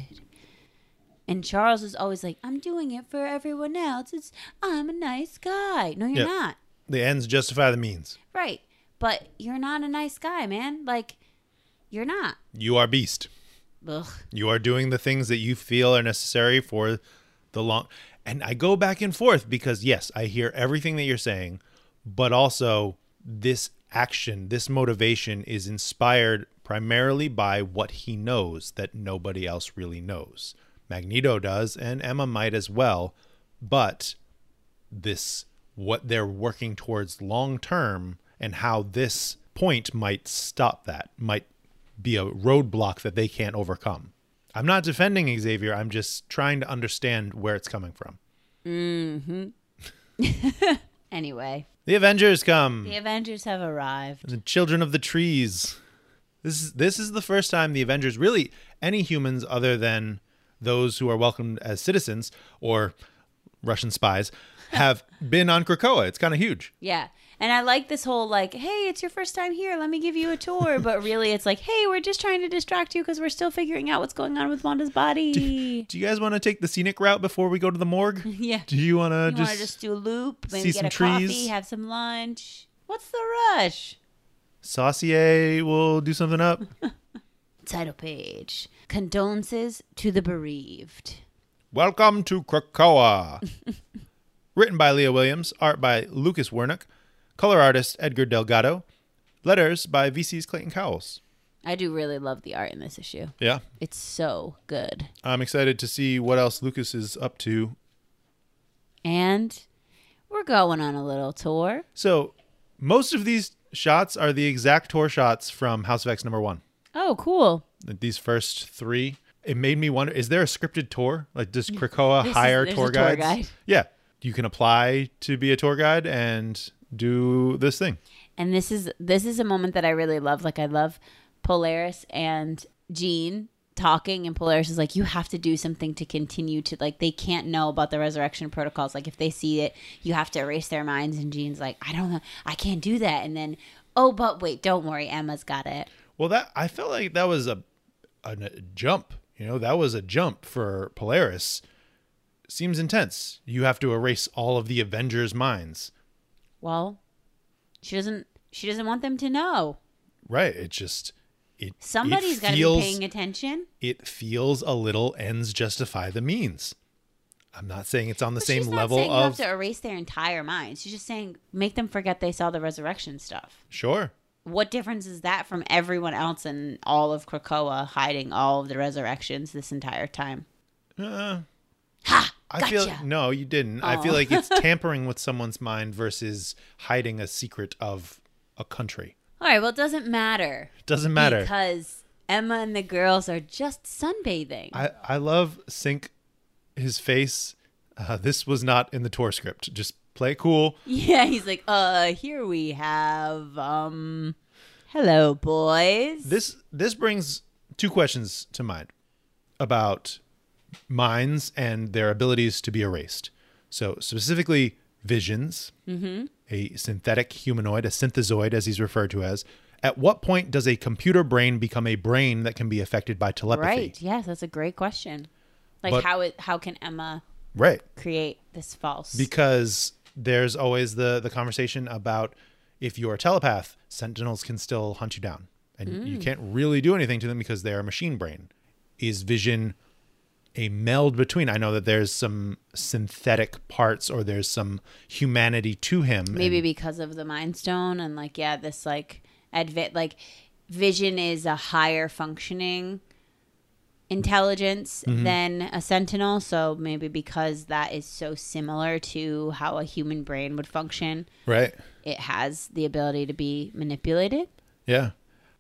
[SPEAKER 1] and charles is always like i'm doing it for everyone else it's i'm a nice guy no you're
[SPEAKER 2] Yeah.
[SPEAKER 1] not
[SPEAKER 2] the ends justify the means
[SPEAKER 1] right but you're not a nice guy man like you're not
[SPEAKER 2] you are beast
[SPEAKER 1] Ugh.
[SPEAKER 2] You are doing the things that you feel are necessary for the long. And I go back and forth because, yes, I hear everything that you're saying, but also this action, this motivation is inspired primarily by what he knows that nobody else really knows. Magneto does, and Emma might as well, but this what they're working towards long term and how this point might stop that might be a roadblock that they can't overcome i'm not defending xavier i'm just trying to understand where it's coming from
[SPEAKER 1] anyway
[SPEAKER 2] the avengers come
[SPEAKER 1] the avengers have arrived
[SPEAKER 2] the children of the trees this is this is the first time the avengers really any humans other than those who are welcomed as citizens or russian spies have been on krakoa it's kind of huge
[SPEAKER 1] Yeah. And I like this whole like, hey, it's your first time here. Let me give you a tour. But really, it's like, hey, we're just trying to distract you because we're still figuring out what's going on with Wanda's body.
[SPEAKER 2] Do you guys want to take the scenic route before we go to the morgue?
[SPEAKER 1] yeah.
[SPEAKER 2] Do you want to
[SPEAKER 1] You want
[SPEAKER 2] just,
[SPEAKER 1] to just do a loop, maybe
[SPEAKER 2] see
[SPEAKER 1] get
[SPEAKER 2] some
[SPEAKER 1] a coffee,
[SPEAKER 2] trees?
[SPEAKER 1] have some lunch. What's the rush?
[SPEAKER 2] saucier? We'll do something up.
[SPEAKER 1] Title page. Condolences to the bereaved.
[SPEAKER 2] Welcome to Krakoa. Written by Leah Williams, art by Lucas Wernick, color artist Edgar Delgado, letters by VC's Clayton Cowles.
[SPEAKER 1] I do really love the art in this issue.
[SPEAKER 2] Yeah,
[SPEAKER 1] It's so good.
[SPEAKER 2] I'm excited to see what else Lucas is up to.
[SPEAKER 1] And we're going on a little tour.
[SPEAKER 2] So, most of these shots are the exact tour shots from House of X number one.
[SPEAKER 1] Oh, cool.
[SPEAKER 2] These first three, it made me wonder: is there a scripted tour? Like, does Krakoa
[SPEAKER 1] This is-
[SPEAKER 2] hire
[SPEAKER 1] there's a
[SPEAKER 2] tour
[SPEAKER 1] tour
[SPEAKER 2] guides?
[SPEAKER 1] guide.
[SPEAKER 2] Yeah, you can apply to be a tour guide and do this thing.
[SPEAKER 1] and this is this is a moment that I really love. Like I love Polaris and Jean talking and Polaris is like, you have to do something to continue to like they can't know about the resurrection protocols. Like if they see it, you have to erase their minds and Jean's like, I don't know I can't do that and then oh but wait, don't worry, Emma's got it.
[SPEAKER 2] Well, that I felt like that was a, a, a jump. You know, that was a jump for Polaris. Seems intense. You have to erase all of the Avengers' minds,
[SPEAKER 1] Well, she doesn't she doesn't want them to know.
[SPEAKER 2] right? It just it
[SPEAKER 1] Somebody's
[SPEAKER 2] it
[SPEAKER 1] gotta
[SPEAKER 2] feels-
[SPEAKER 1] be paying attention.
[SPEAKER 2] It feels a little ends justify the means. I'm not saying it's on the
[SPEAKER 1] But
[SPEAKER 2] same
[SPEAKER 1] she's not
[SPEAKER 2] level
[SPEAKER 1] saying you
[SPEAKER 2] of
[SPEAKER 1] have to erase their entire minds. She's just saying make them forget they saw the resurrection stuff.
[SPEAKER 2] sure.
[SPEAKER 1] What difference is that from everyone else in all of Krakoa hiding all of the resurrections this entire time?
[SPEAKER 2] Uh,
[SPEAKER 1] Ha!
[SPEAKER 2] I
[SPEAKER 1] gotcha.
[SPEAKER 2] feel no, you didn't. I feel
[SPEAKER 1] Oh.
[SPEAKER 2] like it's tampering with someone's mind versus hiding a secret of a country.
[SPEAKER 1] all right. Well, it doesn't matter.
[SPEAKER 2] Doesn't matter.
[SPEAKER 1] because Emma and the girls are just sunbathing.
[SPEAKER 2] I I love Sink, his face. Uh, this was not in the tour script. Just play it cool.
[SPEAKER 1] yeah, he's like, uh, here we have, um, hello, boys.
[SPEAKER 2] This this brings two questions to mind about minds and their abilities to be erased. So specifically, visions, a synthetic humanoid, a synthesoid, as he's referred to as. At what point does a computer brain become a brain that can be affected by telepathy?
[SPEAKER 1] right? Yes, that's a great question. Like,
[SPEAKER 2] But-
[SPEAKER 1] how it, how can Emma
[SPEAKER 2] Right.
[SPEAKER 1] create this false?
[SPEAKER 2] because there's always the the conversation about if you're a telepath, sentinels can still hunt you down, and you can't really do anything to them because they are machine brain. Is vision a meld between? I know that there's some synthetic parts, or there's some humanity to him. and-
[SPEAKER 1] maybe because of the mind stone and like yeah this like advit like vision is a higher functioning intelligence
[SPEAKER 2] Mm-hmm.
[SPEAKER 1] than a sentinel so maybe because that is so similar to how a human brain would function
[SPEAKER 2] right?
[SPEAKER 1] it has the ability to be manipulated
[SPEAKER 2] Yeah.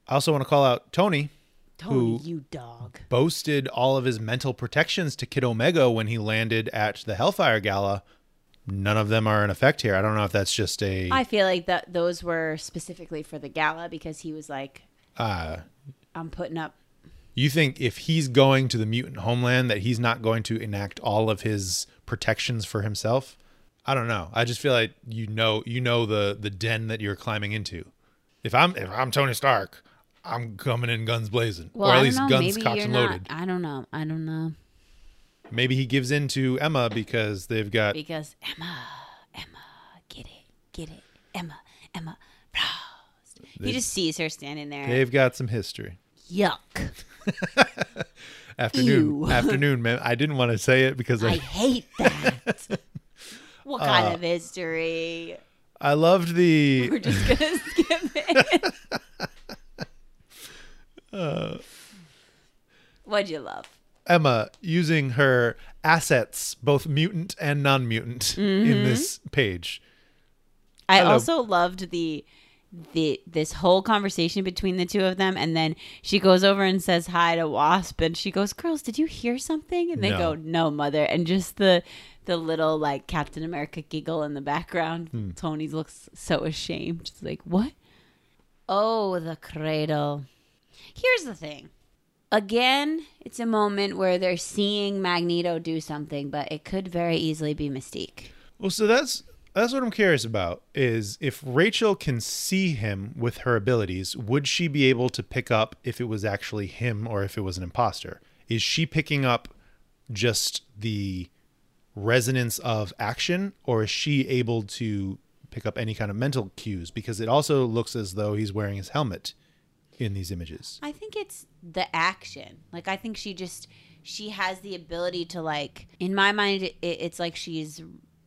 [SPEAKER 2] I also want to call out Tony,
[SPEAKER 1] tony
[SPEAKER 2] Who-
[SPEAKER 1] you dog
[SPEAKER 2] boasted all of his mental protections to Kid Omega when he landed at the Hellfire Gala. None of them are in effect here. I don't know if that's just a
[SPEAKER 1] i feel like that those were specifically for the gala because he was like
[SPEAKER 2] uh,
[SPEAKER 1] i'm putting up
[SPEAKER 2] You think if he's going to the mutant homeland that he's not going to enact all of his protections for himself? I don't know. I just feel like you know you know the the den that you're climbing into. If I'm if I'm Tony Stark, I'm coming in guns blazing,
[SPEAKER 1] well i
[SPEAKER 2] or at
[SPEAKER 1] don't
[SPEAKER 2] least
[SPEAKER 1] know
[SPEAKER 2] guns
[SPEAKER 1] maybe
[SPEAKER 2] cocked
[SPEAKER 1] you're
[SPEAKER 2] and
[SPEAKER 1] not
[SPEAKER 2] loaded.
[SPEAKER 1] i don't know i don't know
[SPEAKER 2] Maybe he gives in to Emma because they've got
[SPEAKER 1] because Emma, Emma, get it, get it, Emma, Emma, Frost.
[SPEAKER 2] They-
[SPEAKER 1] he just sees her standing there.
[SPEAKER 2] they've got some history.
[SPEAKER 1] Yuck!
[SPEAKER 2] Afternoon,
[SPEAKER 1] Ew.
[SPEAKER 2] afternoon, man. I didn't want to say it because
[SPEAKER 1] I
[SPEAKER 2] I,
[SPEAKER 1] hate that. what kind of history?
[SPEAKER 2] I loved the
[SPEAKER 1] We're just gonna skip it. What'd you love?
[SPEAKER 2] Emma using her assets, both mutant and non mutant, in this page.
[SPEAKER 1] I
[SPEAKER 2] Hello.
[SPEAKER 1] also loved the the this whole conversation between the two of them and then she goes over and says hi to Wasp and she goes, "Girls, did you hear something?" And they
[SPEAKER 2] No.
[SPEAKER 1] go, "No, mother." And just the the little like Captain America giggle in the background.
[SPEAKER 2] Hmm.
[SPEAKER 1] Tony looks so ashamed. She's like, "What?" Oh, the cradle. Here's the thing. Again, it's a moment where they're seeing Magneto do something, but it could very easily be Mystique.
[SPEAKER 2] Well, so that's that's what I'm curious about is if Rachel can see him with her abilities, would she be able to pick up if it was actually him or if it was an imposter? Is she picking up just the resonance of action or is she able to pick up any kind of mental cues because it also looks as though he's wearing his helmet in these images.
[SPEAKER 1] I think it's the action. Like I think she just she has the ability to like in my mind it, it's like she's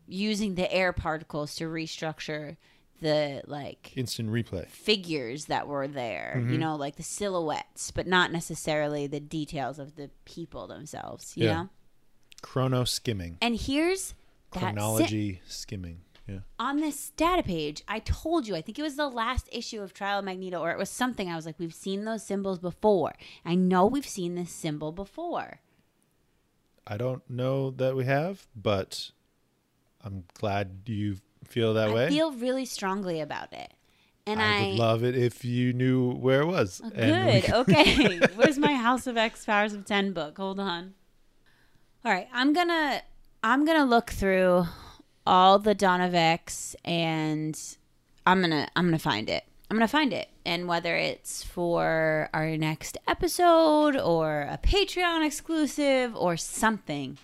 [SPEAKER 1] using the air particles to restructure the like
[SPEAKER 2] Instant replay.
[SPEAKER 1] figures that were there,
[SPEAKER 2] Mm-hmm.
[SPEAKER 1] you know, like the silhouettes, but not necessarily the details of the people themselves, you
[SPEAKER 2] Yeah.
[SPEAKER 1] know?
[SPEAKER 2] Chrono skimming.
[SPEAKER 1] And here's that si-
[SPEAKER 2] Chronology skimming. Yeah.
[SPEAKER 1] on this data page, I told you, I think it was the last issue of Trial of Magneto, or it was something. I was like, we've seen those symbols before. I know we've seen this symbol before.
[SPEAKER 2] I don't know that we have, but I'm glad you feel that
[SPEAKER 1] I
[SPEAKER 2] way.
[SPEAKER 1] feel really strongly about it. And
[SPEAKER 2] I
[SPEAKER 1] I,
[SPEAKER 2] would love it if you knew where it was. And we
[SPEAKER 1] Good. Okay. Where's my House of X Powers of 10 book? Hold on. All right. I'm going to I'm going to look through all the Dawn of X and I'm going to I'm going to find it. I'm going to find it. And whether it's for our next episode or a Patreon exclusive or something,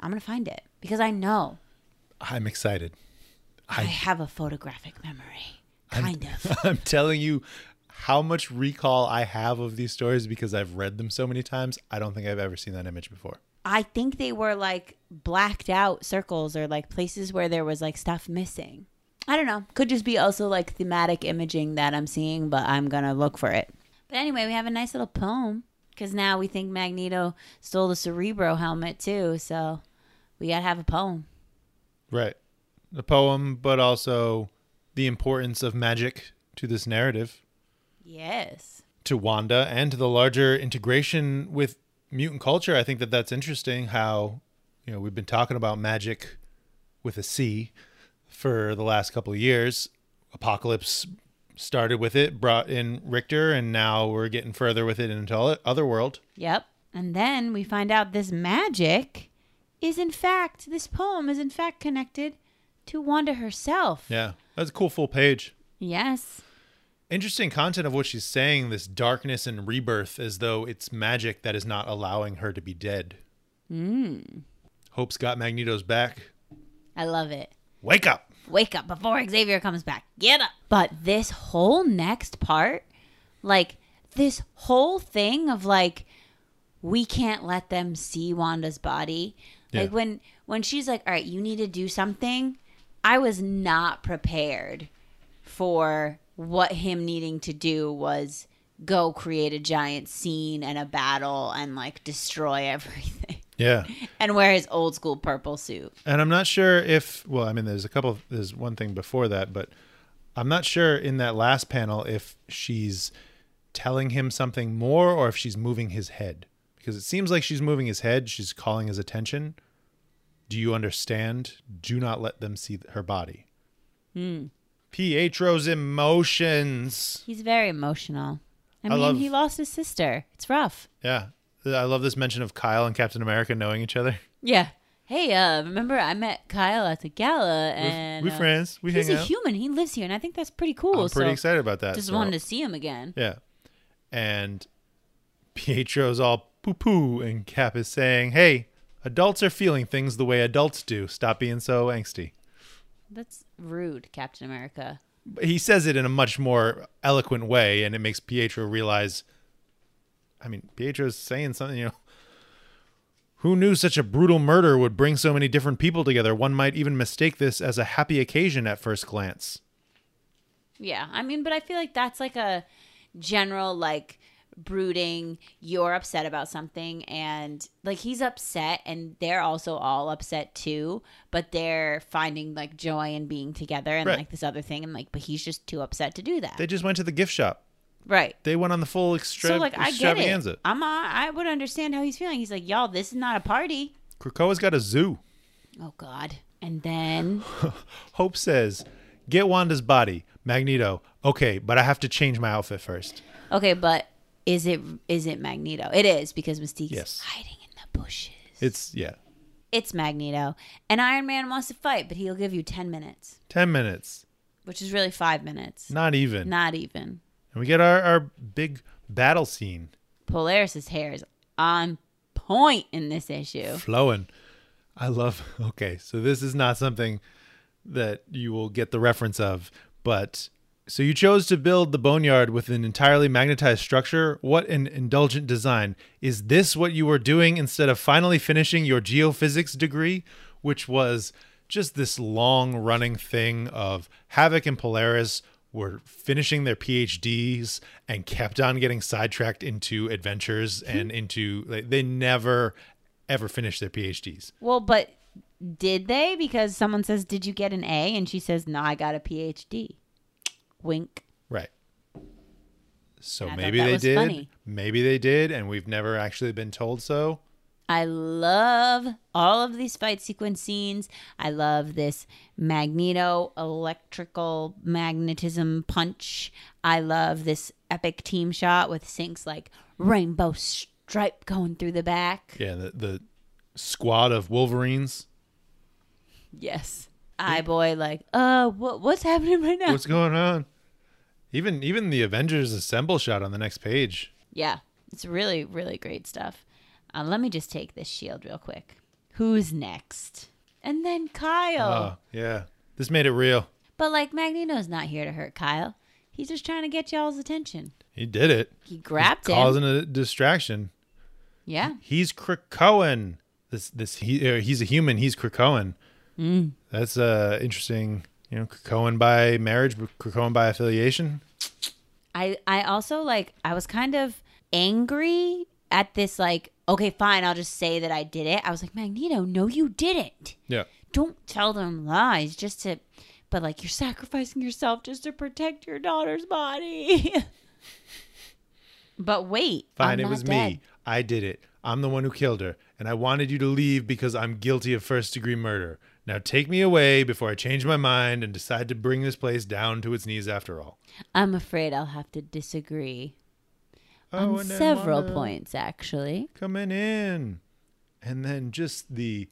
[SPEAKER 1] I'm going to find it because I know
[SPEAKER 2] I'm excited.
[SPEAKER 1] I have a photographic memory. Kind of.
[SPEAKER 2] I'm telling you how much recall I have of these stories because I've read them so many times. I don't think I've ever seen that image before.
[SPEAKER 1] I think they were like blacked out circles or like places where there was like stuff missing. I don't know. Could just be also like thematic imaging that I'm seeing, but I'm going to look for it. But anyway, we have a nice little poem because now we think Magneto stole the Cerebro helmet too. So we got to have a poem.
[SPEAKER 2] Right. The poem, but also the importance of magic to this narrative,
[SPEAKER 1] Yes.
[SPEAKER 2] to Wanda, and to the larger integration with mutant culture. I think that that's interesting how, you know, we've been talking about magic with a C for the last couple of years. Apocalypse started with it, brought in Richter, and now we're getting further with it into Otherworld.
[SPEAKER 1] Yep. And then we find out this magic is in fact, this poem is in fact connected to Wanda herself.
[SPEAKER 2] Yeah, that's a cool full page.
[SPEAKER 1] Yes.
[SPEAKER 2] Interesting content of what she's saying this darkness and rebirth, as though it's magic that is not allowing her to be dead. Mm. Hope's got Magneto's back.
[SPEAKER 1] Hmm. I love it.
[SPEAKER 2] Wake up!
[SPEAKER 1] wake up before Xavier comes back. Get up. But this whole next part, like this whole thing of like we can't let them see Wanda's body.
[SPEAKER 2] Yeah.
[SPEAKER 1] Like when when she's like, "All right, you need to do something." I was not prepared for what him needing to do was go create a giant scene and a battle and like destroy everything
[SPEAKER 2] Yeah.
[SPEAKER 1] and wear his old school purple suit.
[SPEAKER 2] And I'm not sure if, well, I mean, there's a couple, of, there's one thing before that, but I'm not sure in that last panel if she's telling him something more or if she's moving his head. Because it seems like she's moving his head, she's calling his attention. Do you understand? Do not let them see her body.
[SPEAKER 1] Hmm.
[SPEAKER 2] Pietro's emotions.
[SPEAKER 1] He's very emotional. I, mean,
[SPEAKER 2] love-
[SPEAKER 1] he lost his sister. It's rough.
[SPEAKER 2] Yeah. I love this mention of Kyle and Captain America knowing each other.
[SPEAKER 1] Yeah. Hey, uh, remember I met Kyle at the gala, and
[SPEAKER 2] we
[SPEAKER 1] uh,
[SPEAKER 2] friends. We
[SPEAKER 1] he's
[SPEAKER 2] hang
[SPEAKER 1] a
[SPEAKER 2] out.
[SPEAKER 1] human. He lives here, and I think that's pretty cool.
[SPEAKER 2] I'm pretty
[SPEAKER 1] so
[SPEAKER 2] excited about that.
[SPEAKER 1] Just
[SPEAKER 2] so-
[SPEAKER 1] wanted to see him again.
[SPEAKER 2] Yeah. And Pietro's all poo poo, and Cap is saying, Hey, adults are feeling things the way adults do. Stop being so angsty.
[SPEAKER 1] That's rude, Captain America.
[SPEAKER 2] But He says it in a much more eloquent way, and it makes Pietro realize I mean, Pietro's saying something, you know. Who knew such a brutal murder would bring so many different people together? One might even mistake this as a happy occasion at first glance.
[SPEAKER 1] Yeah, I mean, but I feel like that's like a general like brooding. You're upset about something, and like he's upset, and they're also all upset too. But they're finding like joy in being together, and
[SPEAKER 2] Right.
[SPEAKER 1] like this other thing, and like, but he's just too upset to do that.
[SPEAKER 2] They just went to the gift shop.
[SPEAKER 1] right.
[SPEAKER 2] They went on the full extra-
[SPEAKER 1] So like I get
[SPEAKER 2] extravaganza.
[SPEAKER 1] it. I'm I I would understand how he's feeling. He's like, y'all, this is not a party.
[SPEAKER 2] Krakoa's got a zoo.
[SPEAKER 1] Oh God. And then
[SPEAKER 2] Hope says, "Get Wanda's body, Magneto." Okay, but I have to change my outfit first.
[SPEAKER 1] okay, but is it is it Magneto? It is because Mystique's
[SPEAKER 2] Yes.
[SPEAKER 1] hiding in the bushes.
[SPEAKER 2] It's yeah,
[SPEAKER 1] It's Magneto, and Iron Man wants to fight, but he'll give you ten minutes,
[SPEAKER 2] ten minutes,
[SPEAKER 1] which is really five minutes,
[SPEAKER 2] not even.
[SPEAKER 1] not even.
[SPEAKER 2] And we get our our big battle scene
[SPEAKER 1] Polaris's hair is on point in this issue.
[SPEAKER 2] flowing. I love. Okay, so this is not something that you will get the reference of, but so you chose to build the boneyard with an entirely magnetized structure. What an indulgent design! Is this what you were doing instead of finally finishing your geophysics degree, which was just this long running thing of Havoc and Polaris were finishing their PhDs and kept on getting sidetracked into adventures and into like they never ever finished their PhDs.
[SPEAKER 1] Well, but did they? Because someone says, "Did you get an A?" and she says, "No, I got a PhD." Wink.
[SPEAKER 2] Right. So
[SPEAKER 1] And I thought
[SPEAKER 2] maybe
[SPEAKER 1] that
[SPEAKER 2] they
[SPEAKER 1] was
[SPEAKER 2] did.
[SPEAKER 1] funny.
[SPEAKER 2] Maybe they did, and we've never actually been told so.
[SPEAKER 1] I love all of these fight sequence scenes. I love this magneto electrical magnetism punch. I love this epic team shot with Sink's like rainbow stripe going through the back.
[SPEAKER 2] Yeah, the, the squad of Wolverines.
[SPEAKER 1] Yes. I boy like, uh, what what's happening right now?
[SPEAKER 2] What's going on? Even even the Avengers Assemble shot on the next page.
[SPEAKER 1] Yeah, it's really, really great stuff. Uh, let me just take this shield real quick. Who's next? And then Kyle.
[SPEAKER 2] Oh, yeah. This made it real.
[SPEAKER 1] But like Magneto's not here to hurt Kyle. He's just trying to get y'all's attention.
[SPEAKER 2] He did it.
[SPEAKER 1] He grabbed him.
[SPEAKER 2] Causing a distraction.
[SPEAKER 1] yeah.
[SPEAKER 2] He's Krakoan. This this he uh, he's a human. He's Krakoan.
[SPEAKER 1] Mm.
[SPEAKER 2] That's uh interesting. You know, Krakoan by marriage, but Krakoan by affiliation.
[SPEAKER 1] I I also like I was kind of angry at this like, okay, fine, I'll just say that I did it. I was like, Magneto, no you didn't.
[SPEAKER 2] Yeah.
[SPEAKER 1] Don't tell them lies just to but like you're sacrificing yourself just to protect your daughter's body. but wait,
[SPEAKER 2] Fine,
[SPEAKER 1] I'm
[SPEAKER 2] it
[SPEAKER 1] not
[SPEAKER 2] was
[SPEAKER 1] dead.
[SPEAKER 2] me. I did it. I'm the one who killed her, and I wanted you to leave because I'm guilty of first degree murder. Now take me away before I change my mind and decide to bring this place down to its knees after all.
[SPEAKER 1] I'm afraid I'll have to disagree
[SPEAKER 2] Oh,
[SPEAKER 1] on
[SPEAKER 2] and then
[SPEAKER 1] several
[SPEAKER 2] Wanda
[SPEAKER 1] points actually.
[SPEAKER 2] coming in, and then just the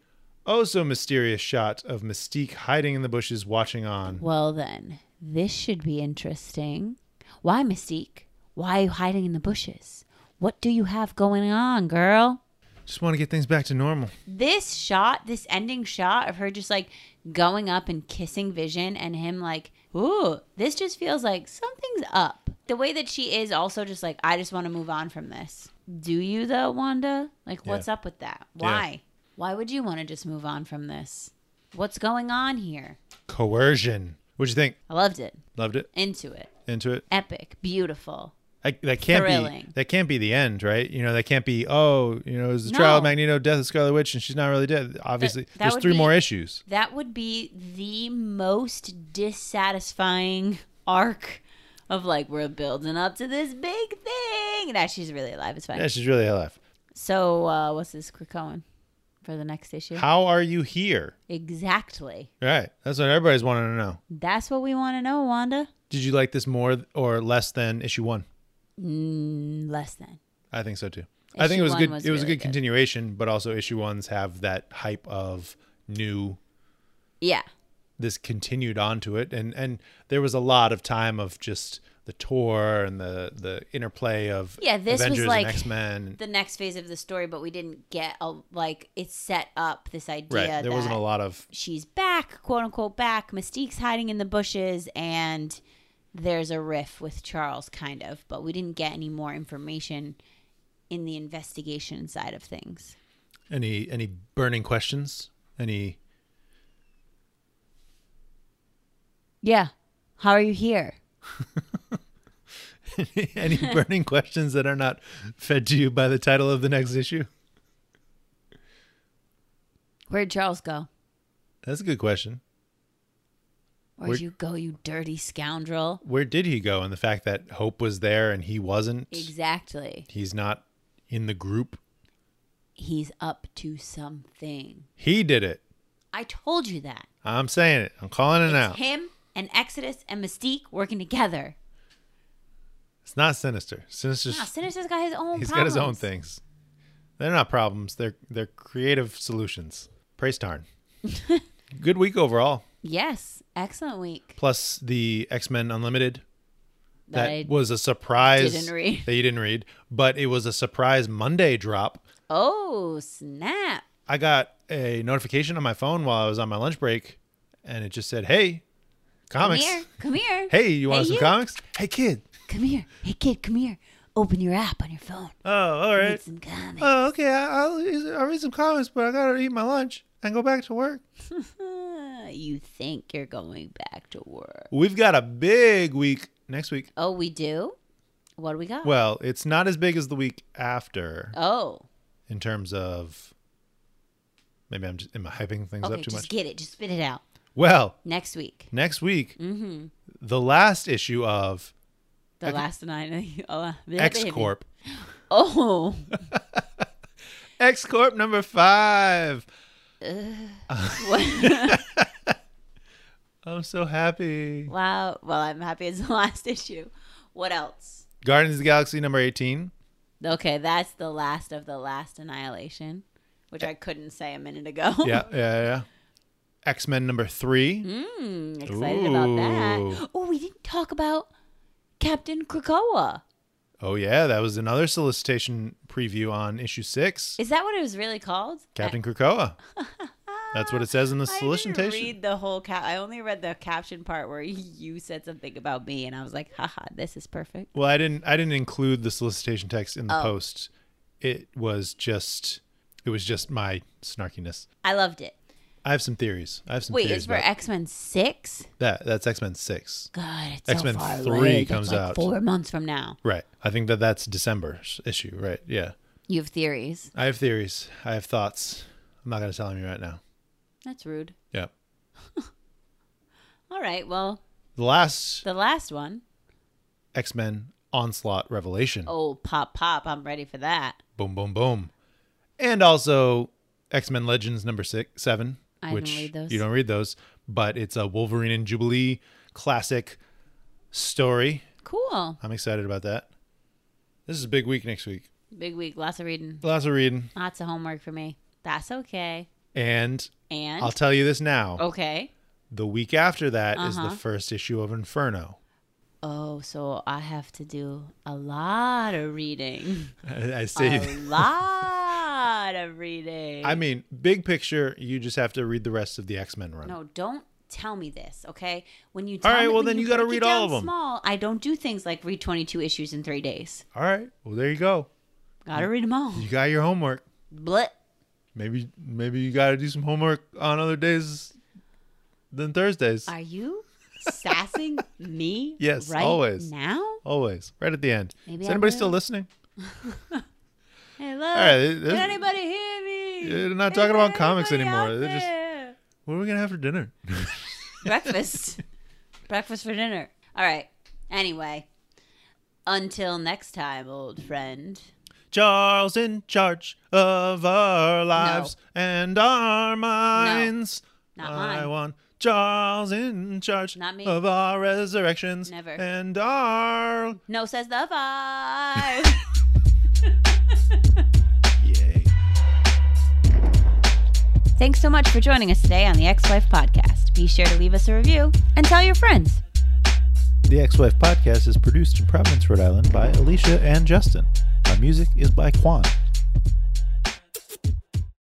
[SPEAKER 2] oh so mysterious shot of Mystique hiding in the bushes, watching on.
[SPEAKER 1] Well, then, this should be interesting. Why, Mystique? Why are you hiding in the bushes? What do you have going on, girl?
[SPEAKER 2] Just want to get things back to normal.
[SPEAKER 1] This shot, this ending shot of her just like going up and kissing Vision and him like, ooh, this just feels like something's up. The way that she is also just like, I just want to move on from this. Do you though, Wanda? Like,
[SPEAKER 2] Yeah.
[SPEAKER 1] what's up with that? Why? Why would you want to just move on from this? What's going on here?
[SPEAKER 2] Coercion. What'd you think?
[SPEAKER 1] I loved it.
[SPEAKER 2] Loved it.
[SPEAKER 1] Into it.
[SPEAKER 2] Into it.
[SPEAKER 1] Epic. Beautiful.
[SPEAKER 2] I, that can't
[SPEAKER 1] Thrilling.
[SPEAKER 2] be. That can't be the end, right? You know, that can't be. Oh, you know, it was the trial of
[SPEAKER 1] No.
[SPEAKER 2] Magneto, death of Scarlet Witch, and she's not really dead. Obviously,
[SPEAKER 1] that
[SPEAKER 2] there's
[SPEAKER 1] would
[SPEAKER 2] three
[SPEAKER 1] be-
[SPEAKER 2] more issues.
[SPEAKER 1] That would be the most dissatisfying arc of like we're building up to this big thing. Now she's really alive. It's fine.
[SPEAKER 2] Yeah, she's really alive.
[SPEAKER 1] So uh, what's this Krakoan for the next issue?
[SPEAKER 2] How are you here?
[SPEAKER 1] exactly.
[SPEAKER 2] Right. That's what everybody's wanting to know.
[SPEAKER 1] That's what we want to know, Wanda.
[SPEAKER 2] Did you like this more or less than issue one?
[SPEAKER 1] Mm, less than.
[SPEAKER 2] I think so too. I think
[SPEAKER 1] Issue
[SPEAKER 2] it was
[SPEAKER 1] one
[SPEAKER 2] good.
[SPEAKER 1] was
[SPEAKER 2] it was
[SPEAKER 1] really
[SPEAKER 2] a good,
[SPEAKER 1] good.
[SPEAKER 2] continuation, but also issue ones have that hype of new.
[SPEAKER 1] Yeah.
[SPEAKER 2] This continued onto it, and and there was a lot of time of just the tour and the the interplay of
[SPEAKER 1] Yeah, this was
[SPEAKER 2] Avengers
[SPEAKER 1] like-
[SPEAKER 2] and X Men.
[SPEAKER 1] The next phase of the story, but we didn't get a like it's set up this idea
[SPEAKER 2] Right.
[SPEAKER 1] that
[SPEAKER 2] there wasn't a lot of
[SPEAKER 1] she's back, quote unquote back. Mystique's hiding in the bushes, and there's a riff with Charles, kind of. But we didn't get any more information in the investigation side of things.
[SPEAKER 2] any any burning questions. Any
[SPEAKER 1] Yeah. How are you here?
[SPEAKER 2] any burning questions that are not fed to you by the title of the next issue?
[SPEAKER 1] Where'd Charles go?
[SPEAKER 2] That's a good question.
[SPEAKER 1] Where'd
[SPEAKER 2] Where-
[SPEAKER 1] you go, you dirty scoundrel?
[SPEAKER 2] Where did he go? And the fact that Hope was there and he wasn't.
[SPEAKER 1] Exactly.
[SPEAKER 2] He's not in the group.
[SPEAKER 1] He's up to something.
[SPEAKER 2] He did it.
[SPEAKER 1] I told you that.
[SPEAKER 2] I'm saying it. I'm calling it out.
[SPEAKER 1] It's him and Exodus and Mystique working together.
[SPEAKER 2] It's not sinister. Sinister's
[SPEAKER 1] Nah, Sinister's got his own
[SPEAKER 2] he's got his own
[SPEAKER 1] problems.
[SPEAKER 2] things. They're not problems. They're they're creative solutions. Praise Tarn. good week overall.
[SPEAKER 1] Yes. Excellent week.
[SPEAKER 2] Plus the X Men Unlimited
[SPEAKER 1] That
[SPEAKER 2] that
[SPEAKER 1] I-
[SPEAKER 2] was a surprise
[SPEAKER 1] didn't read.
[SPEAKER 2] that you didn't read, but it was a surprise Monday drop.
[SPEAKER 1] Oh, snap.
[SPEAKER 2] I got a notification on my phone while I was on my lunch break, and it just said, "Hey,
[SPEAKER 1] Come
[SPEAKER 2] comics.
[SPEAKER 1] here. Come here.
[SPEAKER 2] Hey, you want
[SPEAKER 1] Hey,
[SPEAKER 2] some
[SPEAKER 1] you.
[SPEAKER 2] comics? Hey, kid.
[SPEAKER 1] Come here. Hey, kid, come here. Open your app on your phone.
[SPEAKER 2] Oh, all right.
[SPEAKER 1] Get some comics.
[SPEAKER 2] Oh, okay. I, I'll I'll read some comics, but I gotta eat my lunch and go back to work.
[SPEAKER 1] Ah, you think you're going back to work.
[SPEAKER 2] We've got a big week next week.
[SPEAKER 1] Oh, we do? What do we got?
[SPEAKER 2] Well, it's not as big as the week after
[SPEAKER 1] oh,
[SPEAKER 2] in terms of. Maybe I'm just am I hyping things
[SPEAKER 1] okay.
[SPEAKER 2] up too
[SPEAKER 1] Just
[SPEAKER 2] much?
[SPEAKER 1] get it. Just spit it out.
[SPEAKER 2] Well,
[SPEAKER 1] Next week.
[SPEAKER 2] next week,
[SPEAKER 1] Mm-hmm.
[SPEAKER 2] the last issue of
[SPEAKER 1] The last nine. oh, uh,
[SPEAKER 2] X Corp
[SPEAKER 1] Oh,
[SPEAKER 2] X Corp number five.
[SPEAKER 1] What-
[SPEAKER 2] I'm so happy.
[SPEAKER 1] wow. Well, I'm happy it's the last issue. What else?
[SPEAKER 2] Guardians of the Galaxy number 18.
[SPEAKER 1] Okay, that's the last of the last annihilation, which I couldn't say a minute ago.
[SPEAKER 2] Eh. Yeah, yeah, yeah. X Men number three.
[SPEAKER 1] Mm, excited about that.
[SPEAKER 2] Ooh.
[SPEAKER 1] Oh, we didn't talk about Captain Krakoa.
[SPEAKER 2] Oh, yeah. That was another solicitation preview on issue six.
[SPEAKER 1] Is that what it was really called?
[SPEAKER 2] Captain Krakoa. That's what it says in the
[SPEAKER 1] I
[SPEAKER 2] solicitation.
[SPEAKER 1] didn't read the whole cap. I only read the caption part where you said something about me, and I was like, haha, this is perfect.
[SPEAKER 2] Well, I didn't. I didn't include the solicitation text in the
[SPEAKER 1] Oh.
[SPEAKER 2] post. It was just. It was just my snarkiness.
[SPEAKER 1] I loved it.
[SPEAKER 2] I have some theories. I have some
[SPEAKER 1] Wait,
[SPEAKER 2] theories
[SPEAKER 1] it's for
[SPEAKER 2] about
[SPEAKER 1] X Men Six.
[SPEAKER 2] that. That's X Men six.
[SPEAKER 1] God, it's
[SPEAKER 2] X-Men
[SPEAKER 1] so far
[SPEAKER 2] 3
[SPEAKER 1] away. That's
[SPEAKER 2] comes
[SPEAKER 1] like
[SPEAKER 2] out.
[SPEAKER 1] four months from now.
[SPEAKER 2] Right. I think that that's December's issue. Right. Yeah.
[SPEAKER 1] You have theories.
[SPEAKER 2] I have theories. I have thoughts. I'm not going to tell them right now.
[SPEAKER 1] That's rude.
[SPEAKER 2] Yeah.
[SPEAKER 1] All right. Well,
[SPEAKER 2] The last
[SPEAKER 1] the last one.
[SPEAKER 2] X Men Onslaught Revelation.
[SPEAKER 1] Oh, pop, pop! I'm ready for that.
[SPEAKER 2] Boom, boom, boom. And also X Men Legends number six, seven,
[SPEAKER 1] I
[SPEAKER 2] which
[SPEAKER 1] don't read those.
[SPEAKER 2] you don't read those, but it's a Wolverine and Jubilee classic story.
[SPEAKER 1] Cool.
[SPEAKER 2] I'm excited about that. This is a big week next week.
[SPEAKER 1] Big week. Lots of reading.
[SPEAKER 2] Lots of reading.
[SPEAKER 1] Lots of homework for me. That's okay.
[SPEAKER 2] And
[SPEAKER 1] And
[SPEAKER 2] I'll tell you this now.
[SPEAKER 1] okay.
[SPEAKER 2] The week after that is
[SPEAKER 1] Uh-huh.
[SPEAKER 2] the first issue of Inferno.
[SPEAKER 1] Oh, so I have to do a lot of reading.
[SPEAKER 2] I, I
[SPEAKER 1] a
[SPEAKER 2] say,
[SPEAKER 1] lot of reading.
[SPEAKER 2] I mean, big picture, you just have to read the rest of the X Men run.
[SPEAKER 1] no, don't tell me this, okay? When you tell
[SPEAKER 2] All right,
[SPEAKER 1] me-
[SPEAKER 2] well,
[SPEAKER 1] when
[SPEAKER 2] then you
[SPEAKER 1] break
[SPEAKER 2] gotta
[SPEAKER 1] it
[SPEAKER 2] read
[SPEAKER 1] down
[SPEAKER 2] all of 'em.
[SPEAKER 1] Small. I don't do things like read twenty two issues in three days.
[SPEAKER 2] All right. Well, there you go.
[SPEAKER 1] Gotta
[SPEAKER 2] Mm.
[SPEAKER 1] read them all.
[SPEAKER 2] You got your homework.
[SPEAKER 1] But
[SPEAKER 2] Maybe maybe you got to do some homework on other days than Thursdays.
[SPEAKER 1] are you sassing me?
[SPEAKER 2] Yes,
[SPEAKER 1] right
[SPEAKER 2] always.
[SPEAKER 1] Now,
[SPEAKER 2] Always, right at the end.
[SPEAKER 1] Maybe
[SPEAKER 2] Is
[SPEAKER 1] I
[SPEAKER 2] anybody
[SPEAKER 1] will.
[SPEAKER 2] still listening?
[SPEAKER 1] hello.
[SPEAKER 2] right, it-
[SPEAKER 1] Can
[SPEAKER 2] it-
[SPEAKER 1] anybody hear me?
[SPEAKER 2] They're not talking about comics
[SPEAKER 1] anybody
[SPEAKER 2] anymore.
[SPEAKER 1] out
[SPEAKER 2] They're just-
[SPEAKER 1] there?
[SPEAKER 2] What are we gonna have for dinner?
[SPEAKER 1] breakfast. breakfast for dinner. All right. Anyway, until next time, old friend.
[SPEAKER 2] Charles in charge of our lives and our minds.
[SPEAKER 1] Not
[SPEAKER 2] I
[SPEAKER 1] mine.
[SPEAKER 2] want Charles in charge
[SPEAKER 1] Not me.
[SPEAKER 2] of our resurrections
[SPEAKER 1] Never.
[SPEAKER 2] and our
[SPEAKER 1] No says the five.
[SPEAKER 2] yay.
[SPEAKER 1] Thanks so much for joining us today on the Ex Wife Podcast. Be sure to leave us a review and tell your friends.
[SPEAKER 2] The Ex Wife Podcast is produced in Providence, Rhode Island by Alicia and Justin. Our music is by Quan.